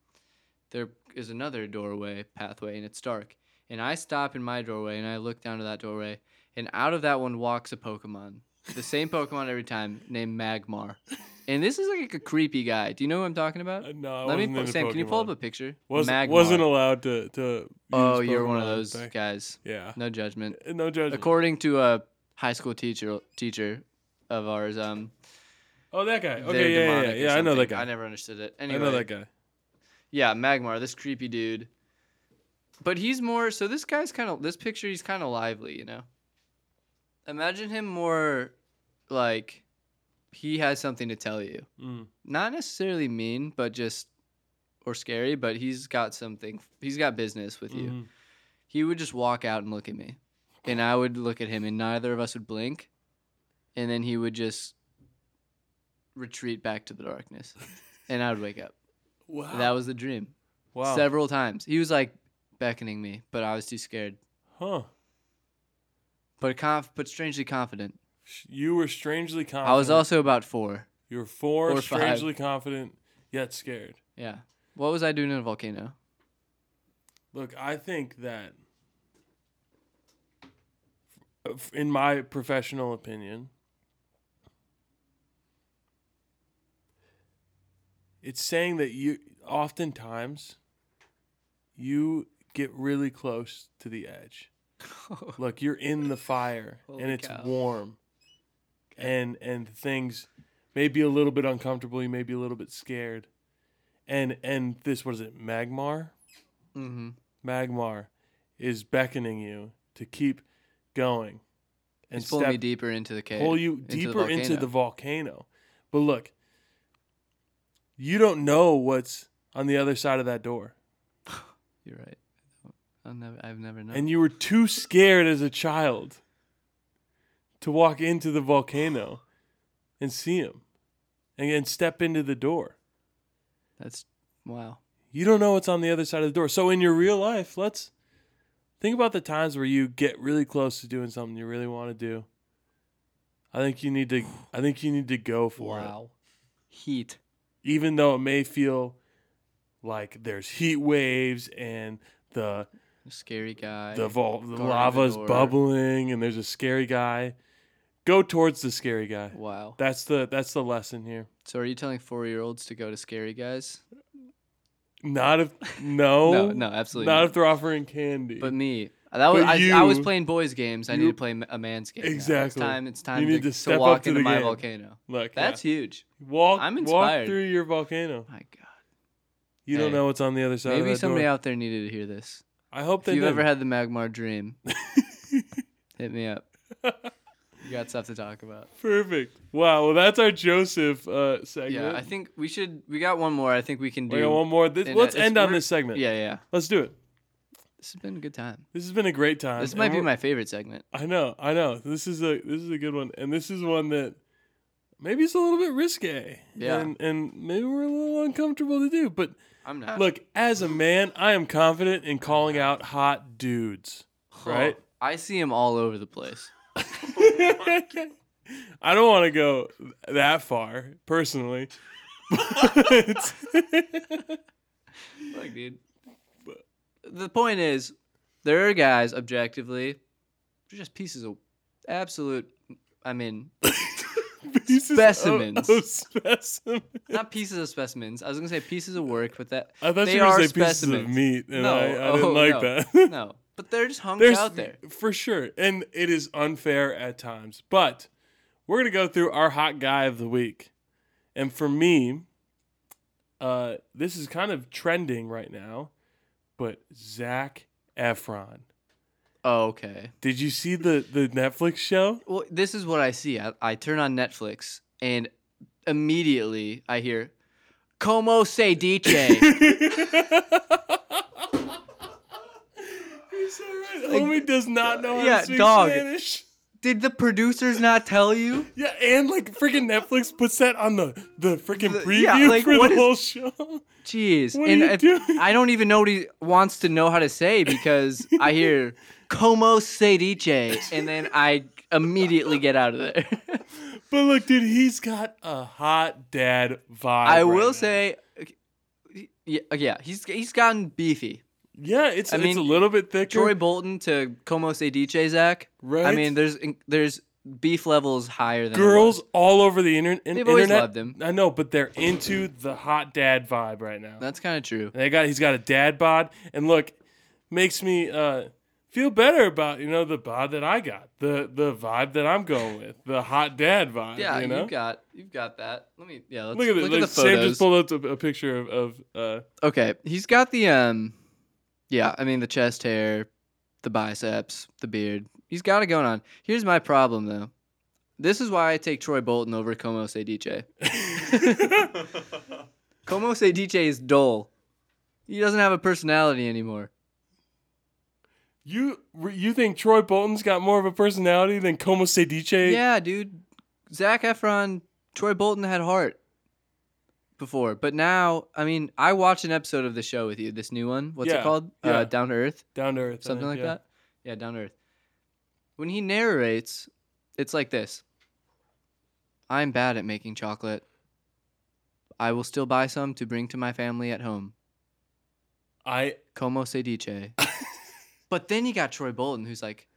[SPEAKER 2] there is another doorway pathway and it's dark. And I stop in my doorway and I look down to that doorway, and out of that one walks a Pokemon. The
[SPEAKER 1] [LAUGHS]
[SPEAKER 2] same Pokemon every time, named Magmar. And this is like a creepy guy. Do you know who I'm talking about?
[SPEAKER 1] Uh, no, I
[SPEAKER 2] Let me
[SPEAKER 1] wasn't
[SPEAKER 2] pu-
[SPEAKER 1] into
[SPEAKER 2] Sam, can you pull up
[SPEAKER 1] Pokemon.
[SPEAKER 2] a picture?
[SPEAKER 1] Was,
[SPEAKER 2] Magmar.
[SPEAKER 1] wasn't allowed to to. use
[SPEAKER 2] oh, you're one of
[SPEAKER 1] Pokemon
[SPEAKER 2] those
[SPEAKER 1] back-
[SPEAKER 2] guys.
[SPEAKER 1] Yeah.
[SPEAKER 2] No judgment.
[SPEAKER 1] Uh, No judgment.
[SPEAKER 2] According to a high school teacher teacher of ours, um,
[SPEAKER 1] Oh, that guy.
[SPEAKER 2] They're
[SPEAKER 1] Okay, yeah, yeah,
[SPEAKER 2] demonic or
[SPEAKER 1] yeah. yeah I know that
[SPEAKER 2] something.
[SPEAKER 1] guy.
[SPEAKER 2] I never understood it. Anyway,
[SPEAKER 1] I know that guy.
[SPEAKER 2] yeah, Magmar, this creepy dude. But he's more so this guy's kind of this picture he's kind of lively, you know. Imagine him more like he has something to tell you.
[SPEAKER 1] Mm.
[SPEAKER 2] Not necessarily mean, but just or scary, but he's got something. He's got business with you.
[SPEAKER 1] Mhm.
[SPEAKER 2] He would just walk out and look at me. And I would look at him and neither of us would blink. And then he would just retreat back to the darkness. And I would wake up.
[SPEAKER 1] Wow.
[SPEAKER 2] That was the dream
[SPEAKER 1] wow.
[SPEAKER 2] several times. He was like beckoning me, but I was too scared.
[SPEAKER 1] Huh.
[SPEAKER 2] But conf- but strangely confident.
[SPEAKER 1] Sh- You were strangely confident.
[SPEAKER 2] I was also about four.
[SPEAKER 1] You were four,
[SPEAKER 2] Or five.
[SPEAKER 1] strangely confident, yet scared.
[SPEAKER 2] Yeah. What was I doing in
[SPEAKER 1] [LAUGHS]
[SPEAKER 2] a volcano?
[SPEAKER 1] Look, I think that, f- in my professional opinion, it's saying that you oftentimes you get really close to the edge. Look, you're in the fire and
[SPEAKER 2] [LAUGHS] Holy
[SPEAKER 1] it's
[SPEAKER 2] cow.
[SPEAKER 1] warm. And and things may be a little bit uncomfortable, you may be a little bit scared. And and this what is it, Magmar?
[SPEAKER 2] mm-hmm.
[SPEAKER 1] Magmar is beckoning you to keep going and
[SPEAKER 2] He's pulling me deeper into the cave.
[SPEAKER 1] pull you
[SPEAKER 2] into the
[SPEAKER 1] deeper into
[SPEAKER 2] volcano.
[SPEAKER 1] the volcano. But look, you don't know what's on the other side of that door.
[SPEAKER 2] You're right. I'll never, I've never known.
[SPEAKER 1] and you were too scared as a child to walk into the volcano and see him and, and step into the door.
[SPEAKER 2] That's wow.
[SPEAKER 1] You don't know what's on the other side of the door. So in your real life, let's think about the times where you get really close to doing something you really want to do. I think you need to I think you need to go for it.
[SPEAKER 2] Heat.
[SPEAKER 1] even though it may feel like there's heat waves and the
[SPEAKER 2] Scary guy.
[SPEAKER 1] the vol- the
[SPEAKER 2] guarding the
[SPEAKER 1] lava's
[SPEAKER 2] door.
[SPEAKER 1] bubbling and there's a scary guy. Go towards the scary guy.
[SPEAKER 2] wow.
[SPEAKER 1] That's the that's the lesson here.
[SPEAKER 2] So are you telling four year olds to go to scary guys?
[SPEAKER 1] Not if [LAUGHS] no
[SPEAKER 2] no, no, absolutely
[SPEAKER 1] Oh, not
[SPEAKER 2] not.
[SPEAKER 1] if they're offering candy.
[SPEAKER 2] But me, that was
[SPEAKER 1] But
[SPEAKER 2] I, I was
[SPEAKER 1] you-
[SPEAKER 2] playing boys' games. I
[SPEAKER 1] you-
[SPEAKER 2] need to play ma- a man's game. now. It's
[SPEAKER 1] Exactly.
[SPEAKER 2] time. It's time
[SPEAKER 1] You
[SPEAKER 2] to,
[SPEAKER 1] need to
[SPEAKER 2] to
[SPEAKER 1] step up
[SPEAKER 2] walk
[SPEAKER 1] to
[SPEAKER 2] into
[SPEAKER 1] the
[SPEAKER 2] my
[SPEAKER 1] game.
[SPEAKER 2] volcano.
[SPEAKER 1] Look,
[SPEAKER 2] That's
[SPEAKER 1] yeah.
[SPEAKER 2] huge.
[SPEAKER 1] walk
[SPEAKER 2] I'm
[SPEAKER 1] walk
[SPEAKER 2] inspired.
[SPEAKER 1] through your volcano.
[SPEAKER 2] My God.
[SPEAKER 1] You don't
[SPEAKER 2] Hey,
[SPEAKER 1] know what's on the other side.
[SPEAKER 2] Maybe
[SPEAKER 1] of that
[SPEAKER 2] somebody
[SPEAKER 1] door.
[SPEAKER 2] out there needed to hear this.
[SPEAKER 1] I hope
[SPEAKER 2] If
[SPEAKER 1] they
[SPEAKER 2] you've
[SPEAKER 1] did.
[SPEAKER 2] ever had the
[SPEAKER 1] [LAUGHS]
[SPEAKER 2] Magmar dream, hit me up. You got stuff to talk about.
[SPEAKER 1] Perfect. Wow. Well, that's our Joseph uh, segment.
[SPEAKER 2] Yeah, I think we should. We got one more. I think we can do.
[SPEAKER 1] we got one more. This,
[SPEAKER 2] and, uh,
[SPEAKER 1] let's
[SPEAKER 2] it's-
[SPEAKER 1] end on
[SPEAKER 2] we're-
[SPEAKER 1] this segment.
[SPEAKER 2] Yeah, yeah.
[SPEAKER 1] Let's do it.
[SPEAKER 2] This has been a good time.
[SPEAKER 1] This has been a great time.
[SPEAKER 2] This
[SPEAKER 1] and
[SPEAKER 2] might be
[SPEAKER 1] we're-
[SPEAKER 2] my favorite segment.
[SPEAKER 1] I know, I know. This is a this is a good one, and this is one that maybe it's a little bit risque.
[SPEAKER 2] Yeah.
[SPEAKER 1] and, and maybe we're a little uncomfortable to do. But
[SPEAKER 2] I'm not.
[SPEAKER 1] look, as a man, I am confident in calling out hot dudes.
[SPEAKER 2] Oh,
[SPEAKER 1] right?
[SPEAKER 2] I see him all over the place.
[SPEAKER 1] [LAUGHS] I don't want to go that far personally, but [LAUGHS]
[SPEAKER 2] Look, dude. The point is, there are guys objectively, they're just pieces of absolute. I mean,
[SPEAKER 1] pieces of- of
[SPEAKER 2] Specimens.
[SPEAKER 1] oh, specimens. [LAUGHS]
[SPEAKER 2] not pieces of specimens. I was gonna say pieces of work, but that
[SPEAKER 1] I thought
[SPEAKER 2] They
[SPEAKER 1] you were
[SPEAKER 2] are
[SPEAKER 1] going to say pieces of
[SPEAKER 2] specimens.
[SPEAKER 1] meat, and
[SPEAKER 2] No,
[SPEAKER 1] I, I
[SPEAKER 2] oh,
[SPEAKER 1] didn't like
[SPEAKER 2] no.
[SPEAKER 1] that.
[SPEAKER 2] no, but they're just hunks
[SPEAKER 1] [LAUGHS] There's
[SPEAKER 2] out there.
[SPEAKER 1] for sure, and it is unfair at times. But we're gonna go through our hot guy of the week, and for me, uh, this is kind of trending right now. But Zach Efron,
[SPEAKER 2] Oh, okay.
[SPEAKER 1] did you see the the Netflix
[SPEAKER 2] [LAUGHS]
[SPEAKER 1] show?
[SPEAKER 2] Well, this is what I see. I, I turn on Netflix and immediately I hear, "Como
[SPEAKER 1] [LAUGHS]
[SPEAKER 2] se dice?"
[SPEAKER 1] You're so right. Homie does not know how
[SPEAKER 2] yeah,
[SPEAKER 1] to speak
[SPEAKER 2] dog.
[SPEAKER 1] Spanish.
[SPEAKER 2] Did the producers not tell you?
[SPEAKER 1] Yeah, and like freaking Netflix puts that on the the freaking
[SPEAKER 2] The-
[SPEAKER 1] preview [LAUGHS]
[SPEAKER 2] yeah, like,
[SPEAKER 1] for
[SPEAKER 2] what
[SPEAKER 1] the
[SPEAKER 2] is-
[SPEAKER 1] whole show.
[SPEAKER 2] Jeez.
[SPEAKER 1] What are
[SPEAKER 2] and
[SPEAKER 1] you
[SPEAKER 2] if-
[SPEAKER 1] doing?
[SPEAKER 2] I don't even know what he wants to know how to say because I hear como se dice and then I immediately get out
[SPEAKER 1] [LAUGHS]
[SPEAKER 2] of there.
[SPEAKER 1] But look, dude, he's got a hot dad vibe.
[SPEAKER 2] [LAUGHS] I
[SPEAKER 1] right
[SPEAKER 2] will
[SPEAKER 1] now.
[SPEAKER 2] say yeah, yeah, he's he's gotten beefy.
[SPEAKER 1] yeah, it's
[SPEAKER 2] I
[SPEAKER 1] it's
[SPEAKER 2] mean,
[SPEAKER 1] a little bit thicker.
[SPEAKER 2] Troy Bolton to como se dice Zach.
[SPEAKER 1] Right?
[SPEAKER 2] I mean, there's there's beef levels higher than it
[SPEAKER 1] girls
[SPEAKER 2] was.
[SPEAKER 1] all over the inter- in-
[SPEAKER 2] They've
[SPEAKER 1] internet.
[SPEAKER 2] always loved him.
[SPEAKER 1] I know, but they're into the hot dad vibe right now.
[SPEAKER 2] That's kind of true.
[SPEAKER 1] they got he's got a dad bod, and look, makes me uh feel better about you know the vibe that I got, the the vibe that I'm going with, the hot dad vibe.
[SPEAKER 2] Yeah,
[SPEAKER 1] you
[SPEAKER 2] you
[SPEAKER 1] know.
[SPEAKER 2] have got you've got that. Let me yeah. Let's,
[SPEAKER 1] look at,
[SPEAKER 2] look at the
[SPEAKER 1] this. Sam
[SPEAKER 2] photos.
[SPEAKER 1] just pulled up a, a picture of, of
[SPEAKER 2] [LAUGHS]
[SPEAKER 1] uh,
[SPEAKER 2] okay, he's got the um, yeah. I mean the chest hair, the biceps, the beard. He's got it going on. Here's my problem though. This is why I take Troy Bolton over Como Sediche. Como Sediche is dull. He doesn't have a personality anymore.
[SPEAKER 1] you. You think Troy Bolton's got more of a personality than Como Sediche?
[SPEAKER 2] Yeah, dude. Zach Efron, Troy Bolton had heart before, but now, I mean, I watched an episode of the show with you, this new one. What's
[SPEAKER 1] Yeah,
[SPEAKER 2] it called?
[SPEAKER 1] yeah.
[SPEAKER 2] Uh, Down to Earth,
[SPEAKER 1] down to earth, I
[SPEAKER 2] something
[SPEAKER 1] think,
[SPEAKER 2] like
[SPEAKER 1] yeah.
[SPEAKER 2] that. Yeah, Down to Earth. When he narrates, it's like this. I'm bad at making chocolate. I will still buy some to bring to my family at home.
[SPEAKER 1] I
[SPEAKER 2] Como se [LAUGHS] dice. but then you got Troy Bolton, who's like,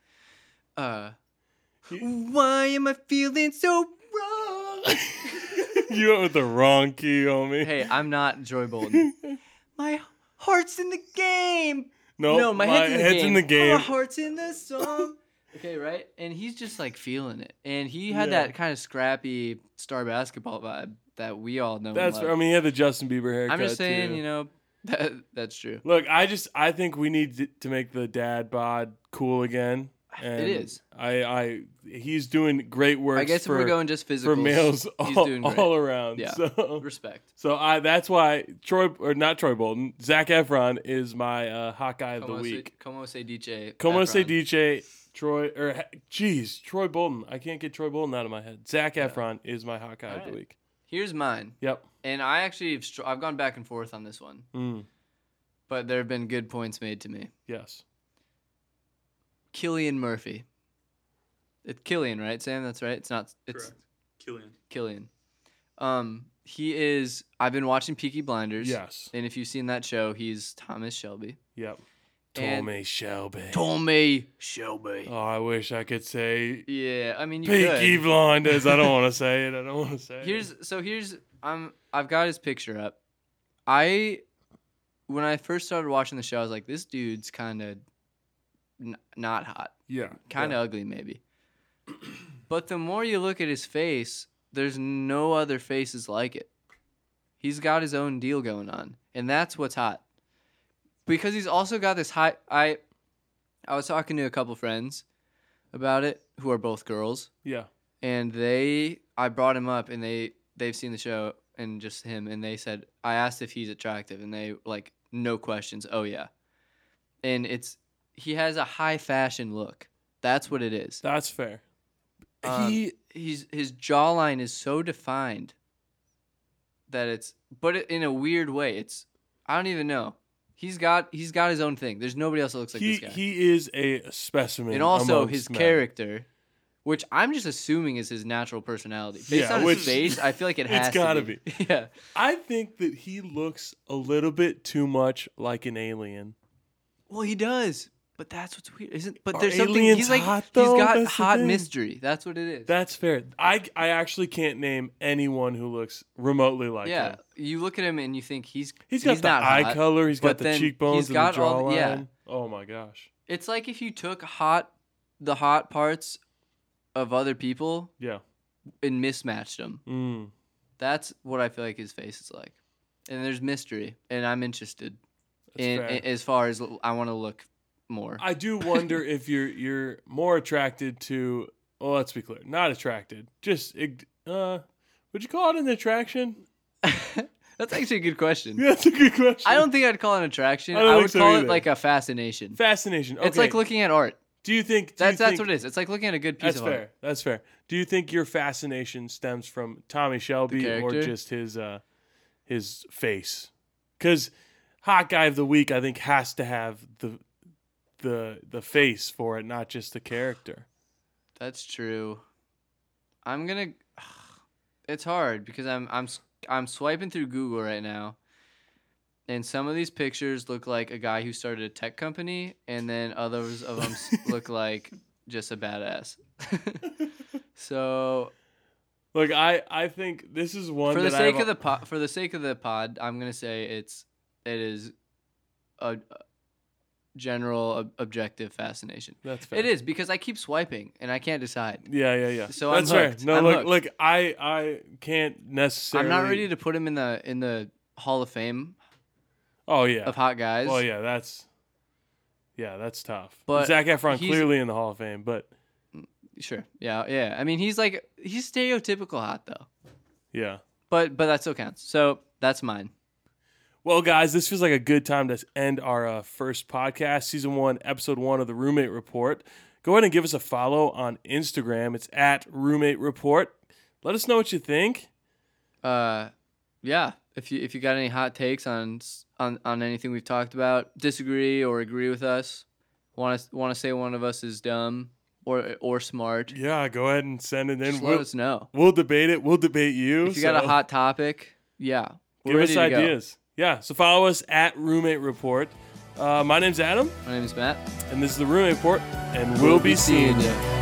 [SPEAKER 2] uh, why am I feeling so wrong? [LAUGHS]
[SPEAKER 1] you went with the wrong key, homie.
[SPEAKER 2] hey, I'm not Troy [LAUGHS] Bolton. My heart's in the game.
[SPEAKER 1] no,
[SPEAKER 2] no, my, head's, in the, game.
[SPEAKER 1] game.
[SPEAKER 2] Oh, My heart's in the song. [LAUGHS] okay, right? And he's just like feeling it. And he had
[SPEAKER 1] Yeah.
[SPEAKER 2] that kind of scrappy star basketball vibe that we all know. and
[SPEAKER 1] That's.
[SPEAKER 2] love.
[SPEAKER 1] I mean, he had the Justin Bieber haircut.
[SPEAKER 2] I'm just saying,
[SPEAKER 1] too.
[SPEAKER 2] you know, [LAUGHS] that, that's true.
[SPEAKER 1] Look, I just I think we need to- to make the dad bod cool
[SPEAKER 2] [SIGHS]
[SPEAKER 1] again. And
[SPEAKER 2] is.
[SPEAKER 1] I I he's doing great work.
[SPEAKER 2] I guess
[SPEAKER 1] for,
[SPEAKER 2] if we're going just physical
[SPEAKER 1] for males
[SPEAKER 2] he's
[SPEAKER 1] all,
[SPEAKER 2] doing great.
[SPEAKER 1] all around.
[SPEAKER 2] Yeah.
[SPEAKER 1] So
[SPEAKER 2] [LAUGHS] respect.
[SPEAKER 1] so I that's why Troy or not Troy Bolton, Zach Efron is my uh, hot guy of the
[SPEAKER 2] Como se-
[SPEAKER 1] week.
[SPEAKER 2] Como se dice.
[SPEAKER 1] Como se
[SPEAKER 2] Efron.
[SPEAKER 1] dice Troy or geez, Troy Bolton. I can't get Troy Bolton out of my head. Zach Efron is my hot guy of the
[SPEAKER 2] Alright.
[SPEAKER 1] week.
[SPEAKER 2] Here's mine,
[SPEAKER 1] Yep.
[SPEAKER 2] and I actually have str- I've gone back and forth on this one,
[SPEAKER 1] Mm,
[SPEAKER 2] but there have been good points made to me.
[SPEAKER 1] yes.
[SPEAKER 2] Killian Murphy. It's Killian, right, Sam? That's right. It's not. It's
[SPEAKER 3] Correct. Killian.
[SPEAKER 2] Killian. Um, he is. I've been watching Peaky Blinders.
[SPEAKER 1] Yes.
[SPEAKER 2] And if you've seen that show, he's Thomas Shelby.
[SPEAKER 1] Yep.
[SPEAKER 2] And-
[SPEAKER 1] Tommy Shelby.
[SPEAKER 2] Tommy Shelby.
[SPEAKER 1] Oh, I wish I could say
[SPEAKER 2] Yeah, I mean you
[SPEAKER 1] Peaky
[SPEAKER 2] could.
[SPEAKER 1] Blinders. I don't want to say it. I don't want to say it.
[SPEAKER 2] Here's so here's um I've got his picture up. I when I first started watching the show, I was like, this dude's kind of n- not hot,
[SPEAKER 1] Yeah.
[SPEAKER 2] kind of ugly maybe. But the more you look at his face, there's no other faces like it. He's got his own deal going on, and that's what's hot. Because he's also got this high. I I was talking to a couple friends about it who are both girls
[SPEAKER 1] Yeah.
[SPEAKER 2] and they I brought him up and they they've seen the show and just him and they said I asked if he's attractive and they like no questions oh yeah and it's he has a high fashion look that's what it is
[SPEAKER 1] That's fair.
[SPEAKER 2] Um,
[SPEAKER 1] he
[SPEAKER 2] he's his jawline is so defined that it's but it, in a weird way it's I don't even know he's got he's got his own thing there's nobody else that looks like
[SPEAKER 1] he
[SPEAKER 2] this guy
[SPEAKER 1] he is a specimen.
[SPEAKER 2] and also
[SPEAKER 1] amongst
[SPEAKER 2] his
[SPEAKER 1] men.
[SPEAKER 2] character, which I'm just assuming is his natural personality. Based
[SPEAKER 1] Yeah,
[SPEAKER 2] on
[SPEAKER 1] which-
[SPEAKER 2] his face, I feel like it
[SPEAKER 1] [LAUGHS] it's
[SPEAKER 2] has.
[SPEAKER 1] gotta
[SPEAKER 2] to be. [LAUGHS] yeah,
[SPEAKER 1] I think that he looks a little bit too much like an alien.
[SPEAKER 2] well, he does, but that's what's weird, isn't? But
[SPEAKER 1] Are
[SPEAKER 2] there's something.
[SPEAKER 1] aliens
[SPEAKER 2] He's like
[SPEAKER 1] hot,
[SPEAKER 2] he's
[SPEAKER 1] though?
[SPEAKER 2] got
[SPEAKER 1] That's the
[SPEAKER 2] hot
[SPEAKER 1] thing.
[SPEAKER 2] mystery. That's what it is.
[SPEAKER 1] That's fair. I I actually can't name anyone who looks remotely like
[SPEAKER 2] yeah,
[SPEAKER 1] him.
[SPEAKER 2] you look at him and you think he's
[SPEAKER 1] He's got the
[SPEAKER 2] not
[SPEAKER 1] eye
[SPEAKER 2] hot.
[SPEAKER 1] color. He's got
[SPEAKER 2] but
[SPEAKER 1] the
[SPEAKER 2] then
[SPEAKER 1] cheekbones
[SPEAKER 2] he's
[SPEAKER 1] and
[SPEAKER 2] got
[SPEAKER 1] the jawline.
[SPEAKER 2] all the- yeah.
[SPEAKER 1] Oh my gosh.
[SPEAKER 2] It's like if you took hot, the hot parts of other people
[SPEAKER 1] Yeah.
[SPEAKER 2] and mismatched them.
[SPEAKER 1] Mm.
[SPEAKER 2] That's what I feel like his face is like. And there's mystery, and I'm interested.
[SPEAKER 1] That's
[SPEAKER 2] in,
[SPEAKER 1] fair.
[SPEAKER 2] in- as far as l- I want to look more.
[SPEAKER 1] I do wonder if you're you're more attracted to. Well, let's be clear, not attracted. Just ig- uh, would you call it an attraction? [LAUGHS]
[SPEAKER 2] [LAUGHS] That's actually a good question.
[SPEAKER 1] Yeah, that's a good question.
[SPEAKER 2] I don't think I'd call it an attraction.
[SPEAKER 1] I
[SPEAKER 2] I,
[SPEAKER 1] don't think
[SPEAKER 2] would
[SPEAKER 1] so
[SPEAKER 2] call
[SPEAKER 1] either.
[SPEAKER 2] it like a fascination.
[SPEAKER 1] fascination.
[SPEAKER 2] It's like
[SPEAKER 1] Okay,
[SPEAKER 2] looking at art.
[SPEAKER 1] Do you think do
[SPEAKER 2] That's
[SPEAKER 1] you
[SPEAKER 2] that's
[SPEAKER 1] think-
[SPEAKER 2] what it is. It's like looking at a good piece
[SPEAKER 1] That's
[SPEAKER 2] of
[SPEAKER 1] fair.
[SPEAKER 2] art.
[SPEAKER 1] That's fair. Do you think your fascination stems from Tommy Shelby or
[SPEAKER 2] character?
[SPEAKER 1] just his uh, his face? Because hot guy of the week, I think, has to have the the the face for it, not just the character.
[SPEAKER 2] That's true. I'm gonna. [SIGHS] It's hard because I'm I'm s- I'm swiping through Google right now, and some of these pictures look like a guy who started a tech company, and then others of them
[SPEAKER 1] [LAUGHS]
[SPEAKER 2] look like just a badass. [LAUGHS] so
[SPEAKER 1] Look, I I think this is one
[SPEAKER 2] for the
[SPEAKER 1] that I've
[SPEAKER 2] sake
[SPEAKER 1] al-
[SPEAKER 2] of the pod, for the sake of the pod, I'm gonna say it's it is a, general ob- objective fascination.
[SPEAKER 1] That's fair.
[SPEAKER 2] It is because I keep swiping and I fair. decide.
[SPEAKER 1] Yeah, yeah, yeah.
[SPEAKER 2] So
[SPEAKER 1] that's
[SPEAKER 2] I'm
[SPEAKER 1] fair.
[SPEAKER 2] hooked.
[SPEAKER 1] No,
[SPEAKER 2] I'm
[SPEAKER 1] look,
[SPEAKER 2] hooked.
[SPEAKER 1] look. I, I can't necessarily.
[SPEAKER 2] I'm not ready to put him in the in the Hall of Fame
[SPEAKER 1] Oh yeah.
[SPEAKER 2] of hot guys.
[SPEAKER 1] Oh yeah. That's. Yeah, that's tough.
[SPEAKER 2] But
[SPEAKER 1] Zach Efron
[SPEAKER 2] he's-
[SPEAKER 1] clearly in the Hall of Fame, but
[SPEAKER 2] Sure. Yeah. Yeah. I mean, he's like he's stereotypical hot though,
[SPEAKER 1] yeah.
[SPEAKER 2] but but that still counts. So that's mine.
[SPEAKER 1] Well, guys, this feels like a good time to end our uh, first podcast, season one, episode one of the Roommate Report. Go ahead and give us a follow on Instagram. It's at Roommate Report. Let us know what you think.
[SPEAKER 2] Uh, yeah. If you if you got any hot takes on s- on on anything we've talked about, disagree or agree with us, want to want to say one of us is dumb or or smart,
[SPEAKER 1] Yeah, go ahead and send it in.
[SPEAKER 2] just let
[SPEAKER 1] We'll,
[SPEAKER 2] us know.
[SPEAKER 1] we'll debate it. We'll debate you.
[SPEAKER 2] If you got a
[SPEAKER 1] so-
[SPEAKER 2] hot topic, yeah, we're
[SPEAKER 1] give
[SPEAKER 2] ready
[SPEAKER 1] us
[SPEAKER 2] to go.
[SPEAKER 1] ideas. Yeah. So follow us at Roommate Report. Uh, my name's Adam,
[SPEAKER 2] My name is Matt.
[SPEAKER 1] and this is the Roommate Report, and we'll, be seeing you.
[SPEAKER 2] ya.